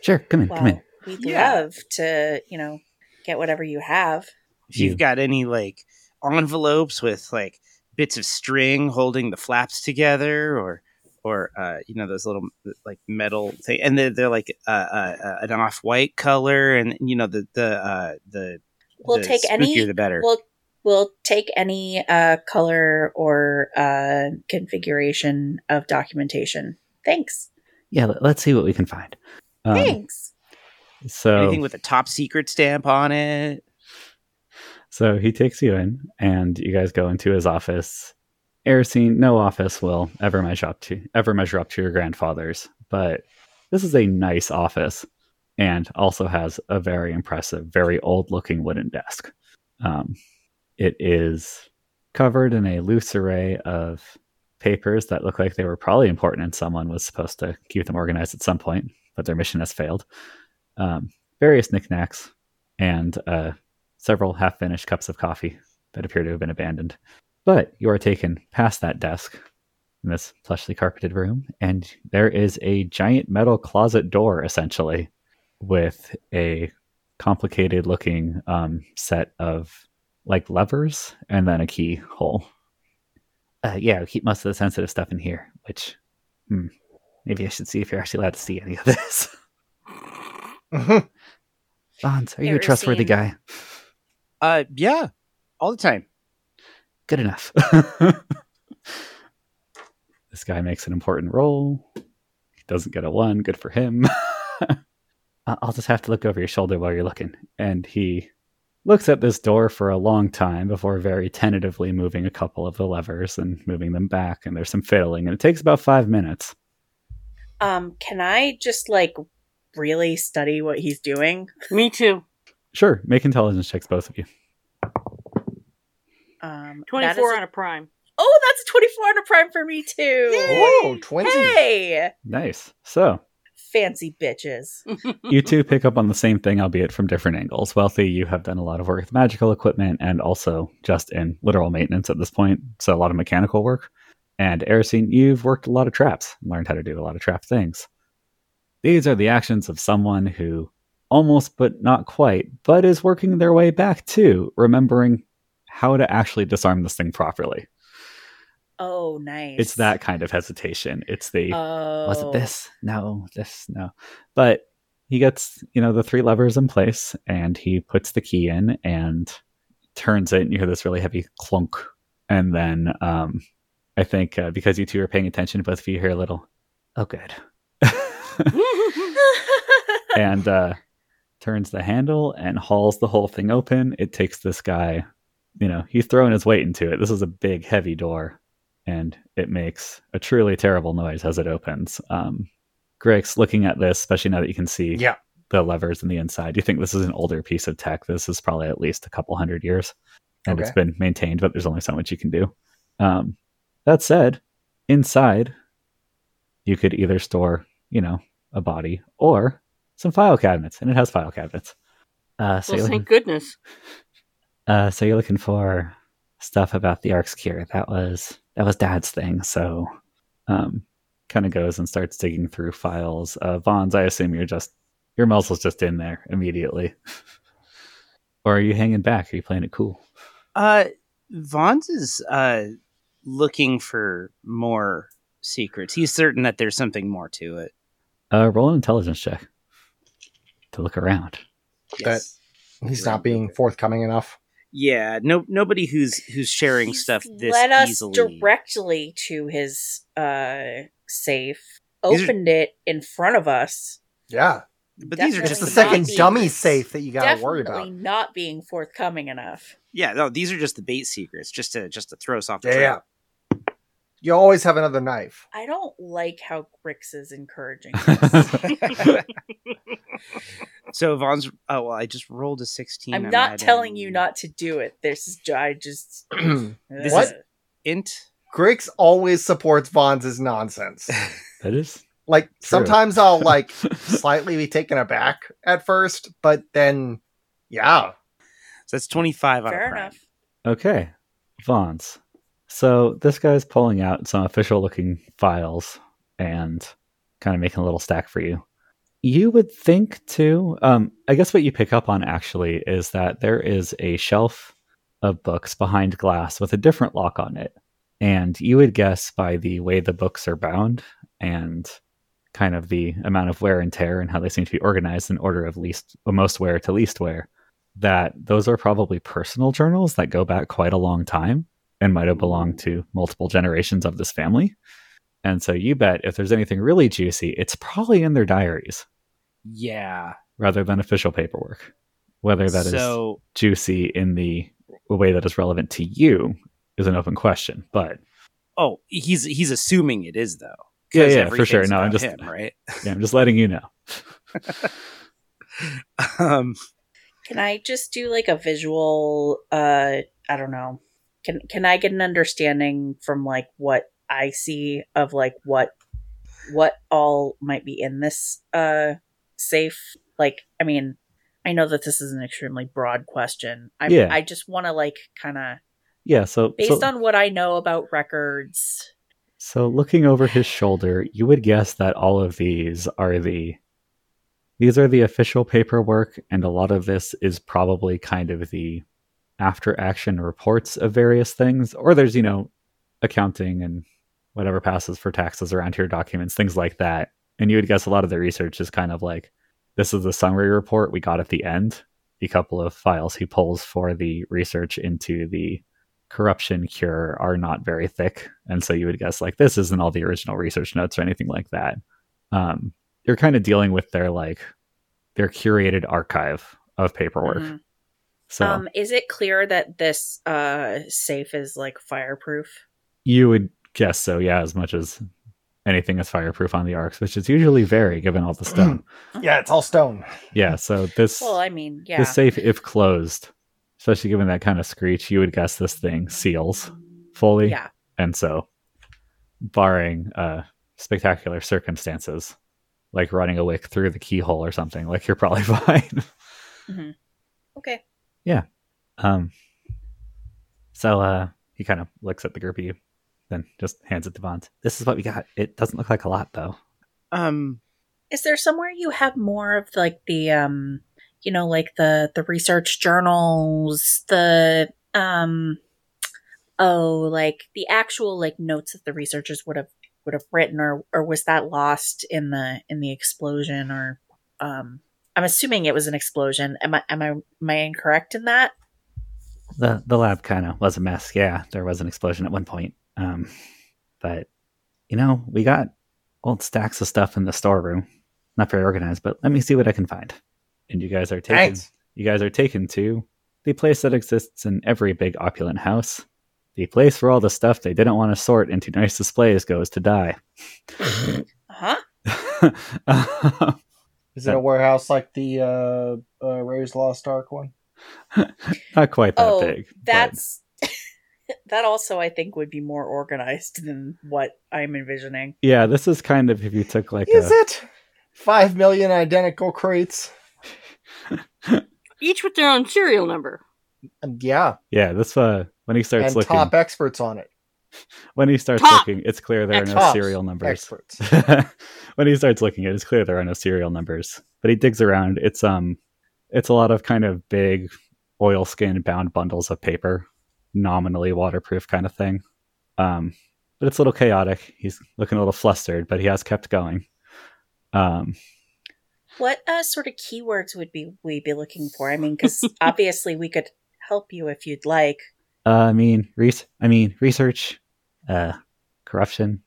sure, come in, come in. Well, we'd Yeah. love to, you know, get whatever you have. If you've You. got any like envelopes with like bits of string holding the flaps together, or or uh, you know those little like metal thing, and they're, they're like uh, uh, uh, an off white color, and you know the the uh, the We'll the take any. spookier the better. We'll we'll take any uh, color or uh, configuration of documentation. Thanks. Yeah, let, us see what we can find. Um, Thanks. So Anything with a top secret stamp on it. So he takes you in, and you guys go into his office. Erosine, no office will ever measure up to ever measure up to your grandfather's, but this is a nice office, and also has a very impressive, very old-looking wooden desk. Um, it is covered in a loose array of papers that look like they were probably important, and someone was supposed to keep them organized at some point, but their mission has failed. Um, various knickknacks and uh, several half finished cups of coffee that appear to have been abandoned. But you are taken past that desk in this plushly carpeted room, and there is a giant metal closet door essentially with a complicated looking um, set of like levers and then a keyhole. Uh, yeah, we keep most of the sensitive stuff in here, which hmm, maybe I should see if you're actually allowed to see any of this. *laughs* Mhm. Bonds, are you a Ever trustworthy seen- guy? Uh, yeah, all the time. good enough. *laughs* *laughs* this guy makes an important role. He doesn't get a one. Good for him. I- I'll just have to look over your shoulder while you're looking. And he looks at this door for a long time before very tentatively moving a couple of the levers and moving them back. And there's some fiddling, and it takes about five minutes. Um, can I just like really study what he's doing? Me *laughs* too. Sure, make intelligence checks, both of you. Um, Twenty that is four a- on a *laughs* prime. oh, that's a twenty-four on a prime for me too. Whoa, twinsies. Hey, Nice. So fancy bitches. you two pick up on the same thing, albeit from different angles. Wealthy, you have done a lot of work with magical equipment and also just in literal maintenance at this point, so a lot of mechanical work. And Erisine, you've worked a lot of traps, learned how to do a lot of trap things. These are the actions of someone who almost but not quite, but is working their way back to remembering how to actually disarm this thing properly. Oh, nice. It's that kind of hesitation. It's the Oh, was it this? No, this, no. But he gets, you know, the three levers in place and he puts the key in and turns it and you hear this really heavy clunk. And then um I think uh, because you two are paying attention, both of you hear a little, oh, *laughs* good. and uh, turns the handle and hauls the whole thing open. It takes this guy, you know, he's throwing his weight into it. This is a big, heavy door, and it makes a truly terrible noise as it opens. Um, Grix, looking at this, especially now that you can see Yeah. the levers in the inside, you think this is an older piece of tech. This is probably at least a couple hundred years, and it's Okay. been maintained, but there's only so much you can do. Um, that said, inside, you could either store, you know, a body or some file cabinets, and it has file cabinets. Uh, so, well, you're thank looking, goodness. uh, so you're looking for stuff about the Ark's cure. That was that was Dad's thing. So, um, kind of goes and starts digging through files. Uh, Vons, I assume you're just your muzzle's just in there immediately, *laughs* or are you hanging back? Are you playing it cool? Uh, Vaughn's is uh looking for more secrets. He's certain that there's something more to it. Uh, roll an intelligence check to look around. Yes. He's not being forthcoming enough. Yeah, no, nobody who's who's sharing He's stuff this led us easily. directly to his uh safe. These are- Opened it in front of us. Yeah. but these are It's just the the Definitely not second being- dummy safe that you got to worry Definitely about. not being forthcoming enough. yeah, no, these are just the bait secrets, just to just to throw us off Yeah. yeah. You always have another knife. *clears throat* I don't like how Grix is *laughs* encouraging. This. *laughs* That's *laughs* So Vaughn's. Oh well, I just rolled a sixteen. I'm on not that telling and- you not to do it. This is I just This What? is int. Grix always supports Vaughn's *laughs* nonsense. that is Like sometimes *laughs* I'll *laughs* Oh, like Sli- slightly be taken aback at first, but then yeah. So that's twenty five on fair a prime. enough. Okay, Vons. So this guy's pulling out some official looking files and kind of making a little stack for you. You would think too. Um, I guess what you pick up on actually is that there is a shelf of books behind glass with a different lock on it, and you would guess by the way the books are bound and kind of the amount of wear and tear and how they seem to be organized in order of least, most wear to least wear, that those are probably personal journals that go back quite a long time and might have belonged to multiple generations of this family. And so you bet if there's anything really juicy, it's probably in their diaries Yeah. rather than official paperwork. Whether that is so juicy in the way that is relevant to you is an open question, but oh, he's he's assuming it is though. 'Cause Yeah, yeah, for sure. everything's No, I'm about just- him, right. *laughs* yeah, I'm just letting you know. um, Can I just do like a visual uh I don't know. Can can I get an understanding from like what I see of like what what all might be in this uh safe? Like I mean, I know that this is an extremely broad question. I Yeah. I just want to like kind of Yeah, so based so- on what I know about records. So looking over his shoulder, you would guess that all of these are the these are the official paperwork and a lot of this is probably kind of the after action reports of various things or there's, you know, accounting and whatever passes for taxes around here documents, things like that. And you would guess a lot of the research is kind of like this is the summary report we got at the end, the couple of files he pulls for the research into the corruption cure are not very thick. And so you would guess, like, this isn't all the original research notes or anything like that. Um, you're kind of dealing with their, like, their curated archive of paperwork. Mhm. So Um, is it clear that this uh safe is like fireproof? you would guess so, yeah, as much as anything is fireproof on the arcs, which is usually very given all the stone. Yeah, it's all stone. yeah, so this Well, I mean, yeah. this safe, if closed, especially given that kind of screech, you would guess this thing seals fully. Yeah. And so, barring uh, spectacular circumstances, like running a wick through the keyhole or something, like you're probably *laughs* fine. Okay. um, so uh, he kind of looks at the group of you, then just hands it to Vaughn. This is what we got. It doesn't look like a lot, though. Um, Is there somewhere you have more of like the um you know, like the the research journals, the um oh, like the actual like notes that the researchers would have would have written or or was that lost in the in the explosion or um I'm assuming it was an explosion. Am I am I am I incorrect in that? The the lab kind of was a mess. Yeah, there was an explosion at one point. Um, but you know, we got old stacks of stuff in the storeroom. Not very organized, but let me see what I can find. And you guys are taken. Thanks. You guys are taken to the place that exists in every big opulent house. The place where all the stuff they didn't want to sort into nice displays goes to die. *laughs* Huh? Is it a warehouse like the uh, uh, Ray's Lost Ark one? Not quite that Oh, big. but- That's *laughs* that also I think would be more organized than what I'm envisioning. yeah. This is kind of if you took like a, Is it? Five million identical crates. Each with their own serial number. And yeah, yeah. This uh when he starts and looking top experts on it. when he starts Top looking, it's clear there are no Tops serial numbers. Experts. *laughs* when he starts looking, it's clear there are no serial numbers. But he digs around. It's um, it's a lot of kind of big oilskin bound bundles of paper, nominally waterproof kind of thing. Um, but it's a little chaotic. He's looking a little flustered, but he has kept going. Um, What uh, sort of keywords would be we be looking for? I mean, because obviously we could help you if you'd like. uh, I mean, res- I mean, research, uh, corruption,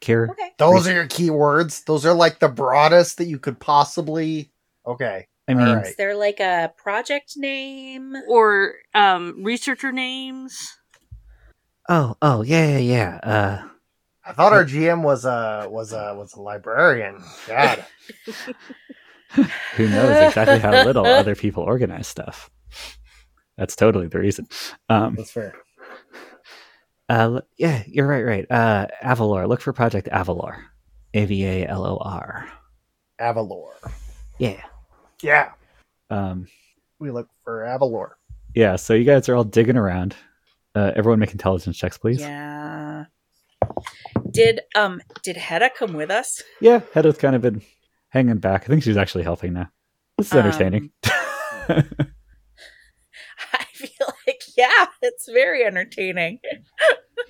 cure. Okay. Those are your keywords. Those are like the broadest that you could possibly. Okay. I mean, alright. Is there like a project name? Or um, researcher names. oh, oh, yeah, yeah, yeah. Uh, I thought our GM was a was a was a librarian. *laughs* God. Who knows exactly how little other people organize stuff? That's totally the reason. Um, That's fair. uh, l- yeah, you're right, right. Uh, Avalor. Look for Project Avalor. A V A L O R. Avalor. Yeah. Yeah. Um, We look for Avalor. yeah, so you guys are all digging around. Uh, everyone make intelligence checks, please. Yeah. Did um did Hedda come with us? *laughs* Yeah, Hedda's kind of been hanging back. I think she's actually helping now. This is entertaining. *laughs* I feel like yeah, it's very entertaining.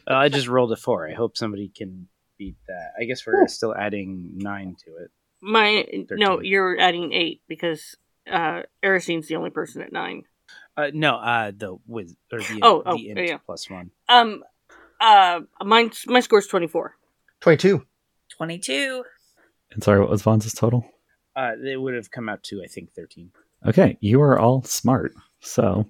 Uh, I just rolled a four. I hope somebody can beat that. I guess we're still adding nine to it. My no, Thirteen. you're adding eight because uh, Aristine's the only person at nine. Uh, no, uh, the with or the, Oh, oh, the int yeah. plus one. Um, uh, mine's my score's twenty four. Twenty two. Twenty two. and sorry, what was Vaughn's total? Uh, it would have come out to I think thirteen. Okay, you are all smart. So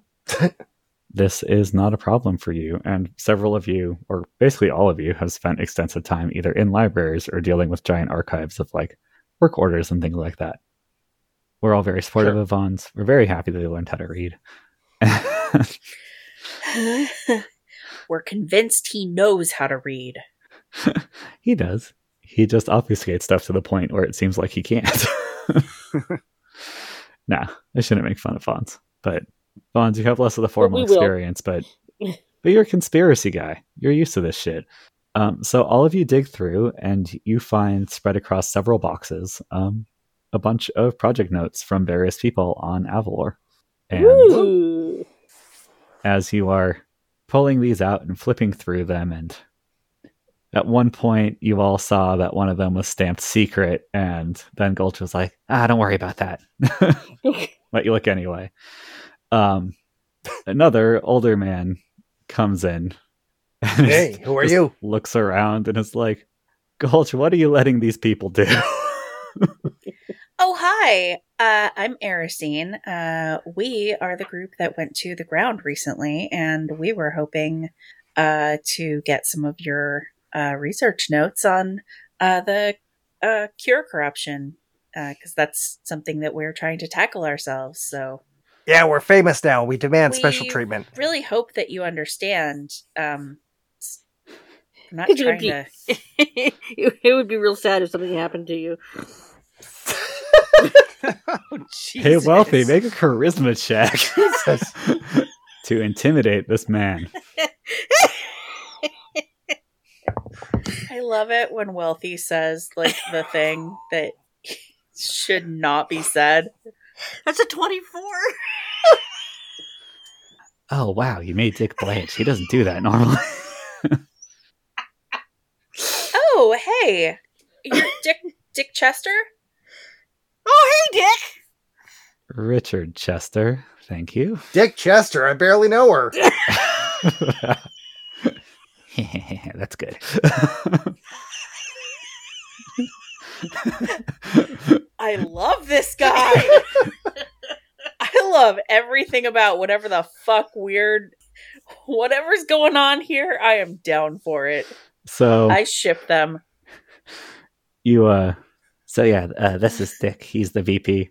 this is not a problem for you. And several of you, or basically all of you, have spent extensive time either in libraries or dealing with giant archives of like work orders and things like that. We're all very supportive Sure. of Vons. We're very happy that they learned how to read. *laughs* *laughs* We're convinced he knows how to read. he does. He just obfuscates stuff to the point where it seems like he *laughs* can't. *laughs* nah, I shouldn't make fun of Vons. But Vons, you have less of the formal we will. experience, but but you're a conspiracy guy. You're used to this shit. Um, so all of you dig through and you find spread across several boxes um, a bunch of project notes from various people on Avalor. And Ooh. as you are pulling these out and flipping through them. And at one point, you all saw that one of them was stamped secret, and then Gulch was like, "Ah, don't worry about that." *laughs* Let you look anyway. Um, another older man comes in. and *laughs* Hey, who are just you? Looks around and is like, "Gulch, what are you letting these people do?" Oh hi. Uh, I'm Erisine. Uh, we are the group that went to the ground recently, and we were hoping uh, to get some of your uh, research notes on uh, the uh, cure corruption, because that's something that we're trying to tackle ourselves. So Yeah, we're famous now. We demand special We- treatment. really hope that you understand. Um, s- I'm not Could you trying repeat? to. *laughs* it, it would be real sad if something happened to you. *laughs* Hey, Wealthy, make a charisma check *laughs* to intimidate this man. I love it when Wealthy says like the thing that *laughs* should not be said. That's a twenty-four. Oh, wow, you made Dick Blanche. He doesn't do that normally. *laughs* Oh, hey, you're Dick Dick Chester. Oh, hey, Dick. Richard Chester, thank you. Dick Chester, I barely know her. *laughs* That's good. I love this guy. *laughs* I love everything about whatever the fuck weird, whatever's going on here. I am down for it. so I ship them. you uh so yeah, uh, this is Dick. He's the VP.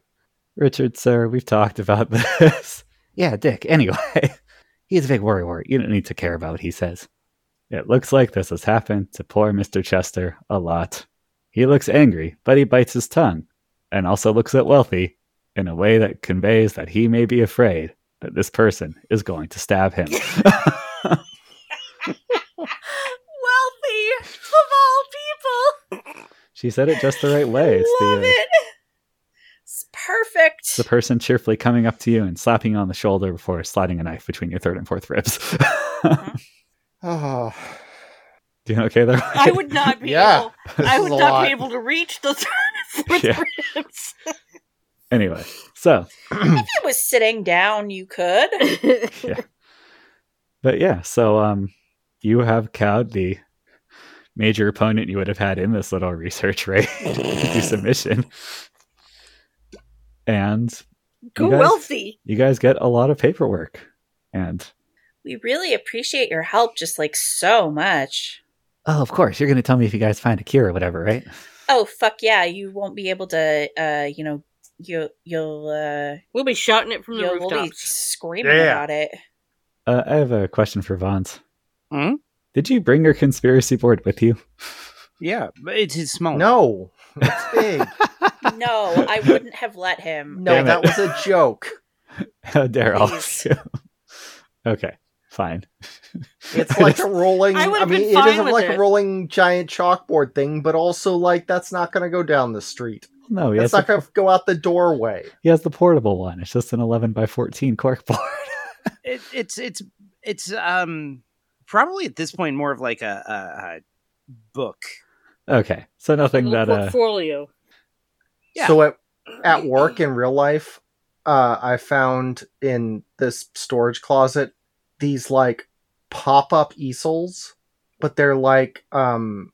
Richard, sir, we've talked about *laughs* this. yeah, Dick. Anyway, *laughs* he's a big worrywart. You don't need to care about what he says. It looks like this has happened to poor Mr. Chester a lot. He looks angry, but he bites his tongue and also looks at Wealthy in a way that conveys that he may be afraid that this person is going to stab him. Wealthy of all people. she said it just the right way. It's the, love uh, it. It's perfect. It's the person cheerfully coming up to you and slapping you on the shoulder before sliding a knife between your third and fourth ribs. *laughs* Oh, Do you okay there? I would not be Yeah, able. this I is would a not lot. be able to reach the *laughs* third and fourth Yeah. *laughs* ribs. *laughs* anyway, so if it was sitting down, you could. but yeah, so um, you have cowed the major opponent you would have had in this little research raid *laughs* to submission, and Go guys- wealthy. you guys get a lot of paperwork, and We really appreciate your help, just like so much. oh, of course, you're going to tell me if you guys find a cure or whatever, right? Oh fuck yeah! You won't be able to. Uh, you know, you you'll uh, We'll be shouting it from the you'll we'll be rooftops. screaming Yeah. about it. Uh, I have a question for Vons. Hmm? Did you bring your conspiracy board with you? Yeah, But It is Oh. small. no. It's big. No, I wouldn't have let him. *laughs* *laughs* No, Damn it. that was a joke. *laughs* How dare all of Please. you? *laughs* Okay, fine. *laughs* It's I like just- a rolling. I I, would've mean, been it fine isn't with like it. a rolling giant chalkboard thing, but also like that's not going to go down the street. no, he has, That's the, not going to go out the doorway. he has the portable one. It's just an eleven by fourteen cork board. *laughs* it, it's it's it's um probably at this point more of like a, a, a book. okay, so nothing Little that uh, portfolio. Yeah. So at at work in real life, uh, I found in this storage closet these like pop up easels, but they're like um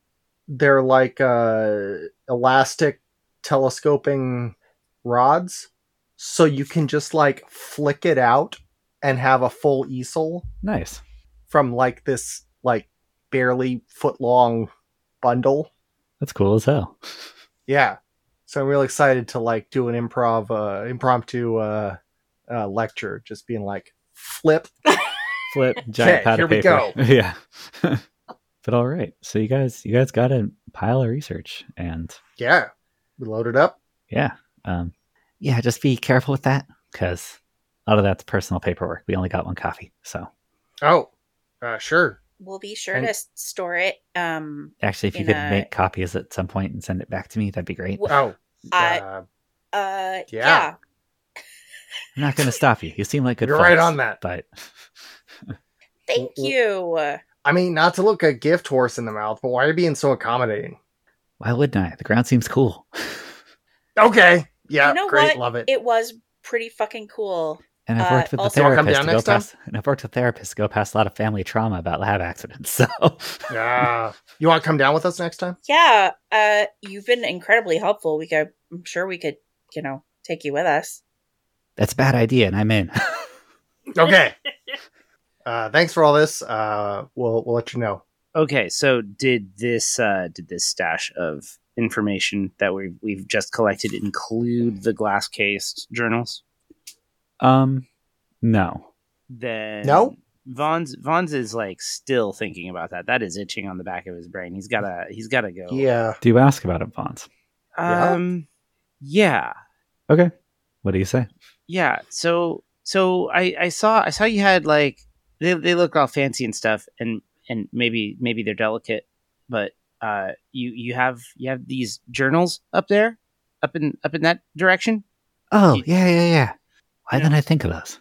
they're like uh elastic telescoping rods, so you can just like flick it out and have a full easel nice. from like this like barely foot long bundle. That's cool as hell. Yeah. So I'm really excited to like do an improv uh impromptu uh, uh lecture just being like flip Flip giant Okay, pad of here we paper. *laughs* yeah. but all right, so you guys, you guys got a pile of research, and yeah. We load it up. yeah, um, yeah, just be careful with that because a lot of that's personal paperwork. We only got one copy, so Oh. Uh sure. We'll be sure And- to s- store it. Um, actually, if you In could a- make copies at some point and send it back to me, that'd be great. w- Oh. I- uh, uh, yeah. I'm not going to stop you. You seem like good. you're right folks, on that. But *laughs* Thank W- you. I mean, not to look a gift horse in the mouth, but why are you being so accommodating? why wouldn't I? The ground seems cool. *laughs* Okay. Yeah, You know great, what? love it. It was pretty fucking cool. And I've Uh, worked with a also- I'll come therapist down to go next time. past, and I've worked with therapists to go past a lot of family trauma about lab accidents. *laughs* So Yeah. you want to come down with us next time? Yeah, uh, you've been incredibly helpful. We could, I'm sure we could, you know, take you with us. That's a bad idea, and I'm in. *laughs* *laughs* Okay. Uh, thanks for all this. Uh, we'll we'll let you know. Okay, so did this uh, did this stash of information that we've we've just collected include the glass cased journals? um, no. Then No? Vaughn's Vaughn's is like still thinking about that. That is itching on the back of his brain. He's gotta he's gotta go. Yeah. Do you ask about it, Vons? Yeah. Um yeah. Okay. What do you say? Yeah. So so I I saw I saw you had like they they look all fancy and stuff and and maybe maybe they're delicate, but uh you you have you have these journals up there up in up in that direction? Oh, You- yeah, yeah, yeah. Why Yeah. didn't I think of those?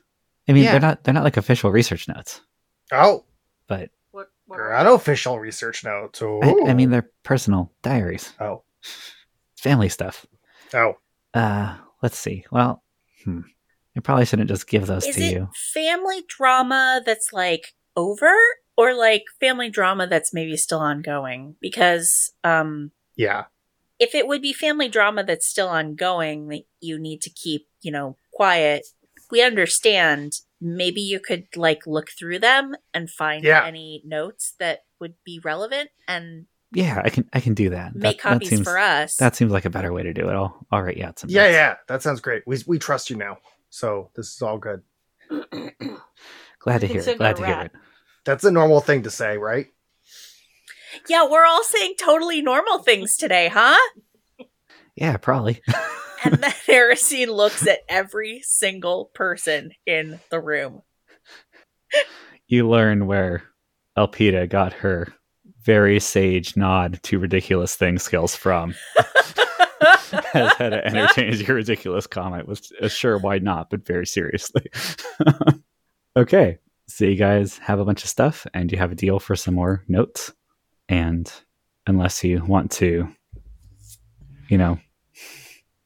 I mean, Yeah. they're not they're not like official research notes, Oh, but What, what they're unofficial research notes. I, I Ooh. mean they're personal diaries, Oh. family stuff. Oh. Uh, let's see. Well, hmm. I probably shouldn't just give those Is to it you. family drama that's like over or like family drama that's maybe still ongoing? Because um Yeah. if it would be family drama that's still ongoing that you need to keep, you know, quiet, we understand. Maybe you could like look through them and find Yeah. any notes that would be relevant and Yeah, I can I can do that. make that, copies that seems, for us. That seems like a better way to do it. I'll I'll write you out some. Yeah. notes. Yeah. That sounds great. We we trust you now. So this is all good. Glad to You can hear it. send Glad a to hear rat. it. That's a normal thing to say, right? yeah, we're all saying totally normal things today, huh? Yeah, probably. *laughs* And then *laughs* Heresy looks at every single person in the room. *laughs* you learn where Elpida got her very sage nod to ridiculous thing skills from. *laughs* As how to interchange your *laughs* ridiculous comment with uh, sure why not, but very seriously. *laughs* okay, so you guys have a bunch of stuff, and you have a deal for some more notes. And unless you want to, you know,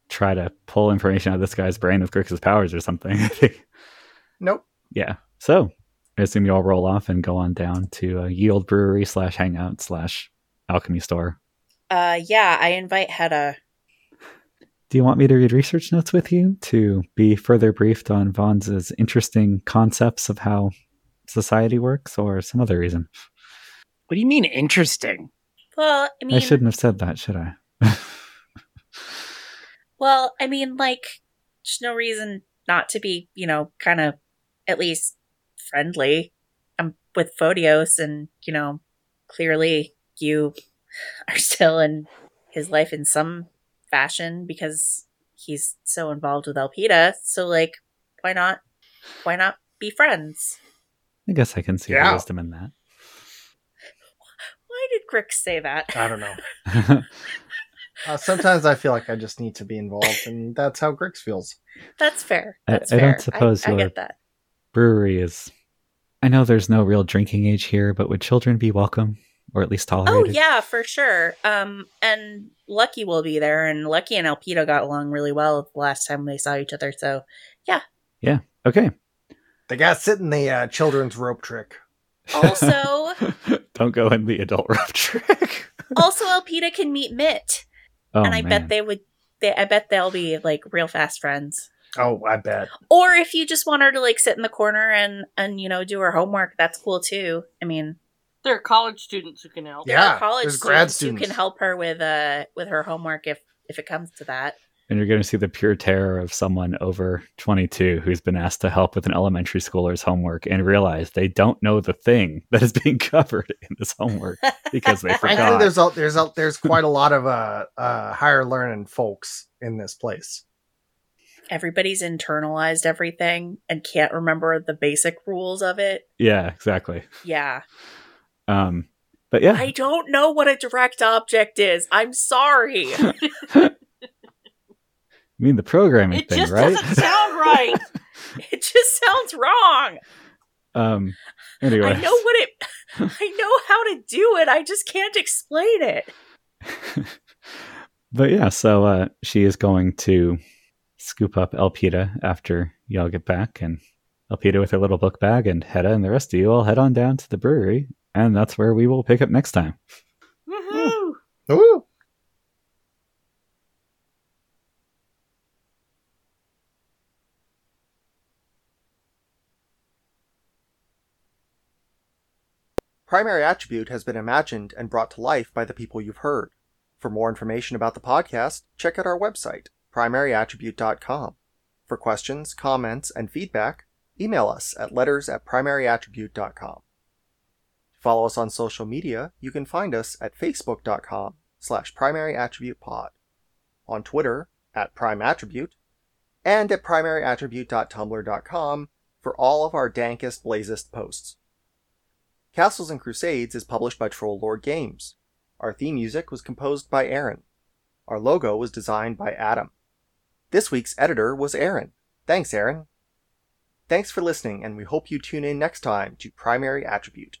try to pull information out of this guy's brain with Grix's powers or something, *laughs* I think Nope. yeah. So I assume you all roll off and go on down to uh, Yield Brewery slash Hangout slash Alchemy Store. Uh yeah, I invite Hedda. Do you want me to read research notes with you to be further briefed on Vaughn's interesting concepts of how society works or some other reason? What do you mean interesting? Well, I I mean shouldn't have said that, should I? *laughs* Well, I mean, like, there's no reason not to be, you know, kind of at least friendly. I'm with Photios, and, you know, clearly you *laughs* are still in his life in some fashion because he's so involved with Elpida. So, like, why not? Why not be friends? I guess I can see Yeah. the wisdom in that. Why did Grix say that? I don't know. Uh, sometimes I feel like I just need to be involved, and that's how Grix feels. That's fair. I- That's I fair. don't suppose I, I you're- get that. *laughs* Brewery is. I know there's no real drinking age here, but would children be welcome or at least Oh tolerated? yeah, for sure. Um, and Lucky will be there, and Lucky and Alpito got along really well the last time they saw each other. *laughs* So Okay. *laughs* The guy sitting the uh, children's rope trick. also, Don't go in the adult rough *laughs* trick. also Alpita can meet Mitt, Oh, and I man. bet they would. They, I bet they'll be like real fast friends. Oh, I bet. Or if you just want her to like sit in the corner and and you know do her homework, that's cool too. I mean, There are college students who can help. Yeah. there are college there's grad who students. can help her with uh with her homework if if it comes to that. *laughs* And you're going to see the pure terror of someone over 22 who's been asked to help with an elementary schooler's homework and realize they don't know the thing *laughs* that is being covered in this homework because they Frankly, forgot. there's a, there's a, there's quite a lot of uh, uh, higher learning folks in this place. Everybody's internalized everything and can't remember the basic rules of it. Yeah, exactly. Yeah. Um, but yeah, I don't know what a direct object is. I'm sorry. I mean the programming It thing, just right? *laughs* doesn't sound right. it just sounds wrong. um, anyway, I know what it *laughs* I know how to do it. I just can't explain it. *laughs* but yeah, so uh, she is going to scoop up Elpida after y'all get back, and Elpida with her little book bag, and Hedda and the rest of you all head on down to the brewery, and that's where we will pick up next time. Woohoo! Ooh. primary attribute has been imagined and brought to life by the people you've heard. For more information about the podcast, check out our website, primaryattribute.com. For questions, comments, and feedback, email us at letters at primaryattribute.com. To follow us on social media, you can find us at facebook.com slash primaryattributepod, on Twitter at primeattribute, and at primaryattribute.tumblr.com for all of our dankest, blazest posts. Castles and Crusades is published by Troll Lord Games. Our theme music was composed by Aaron. Our logo was designed by Adam. This week's editor was Aaron. Thanks, Aaron. Thanks for listening, and we hope you tune in next time to Primary Attribute.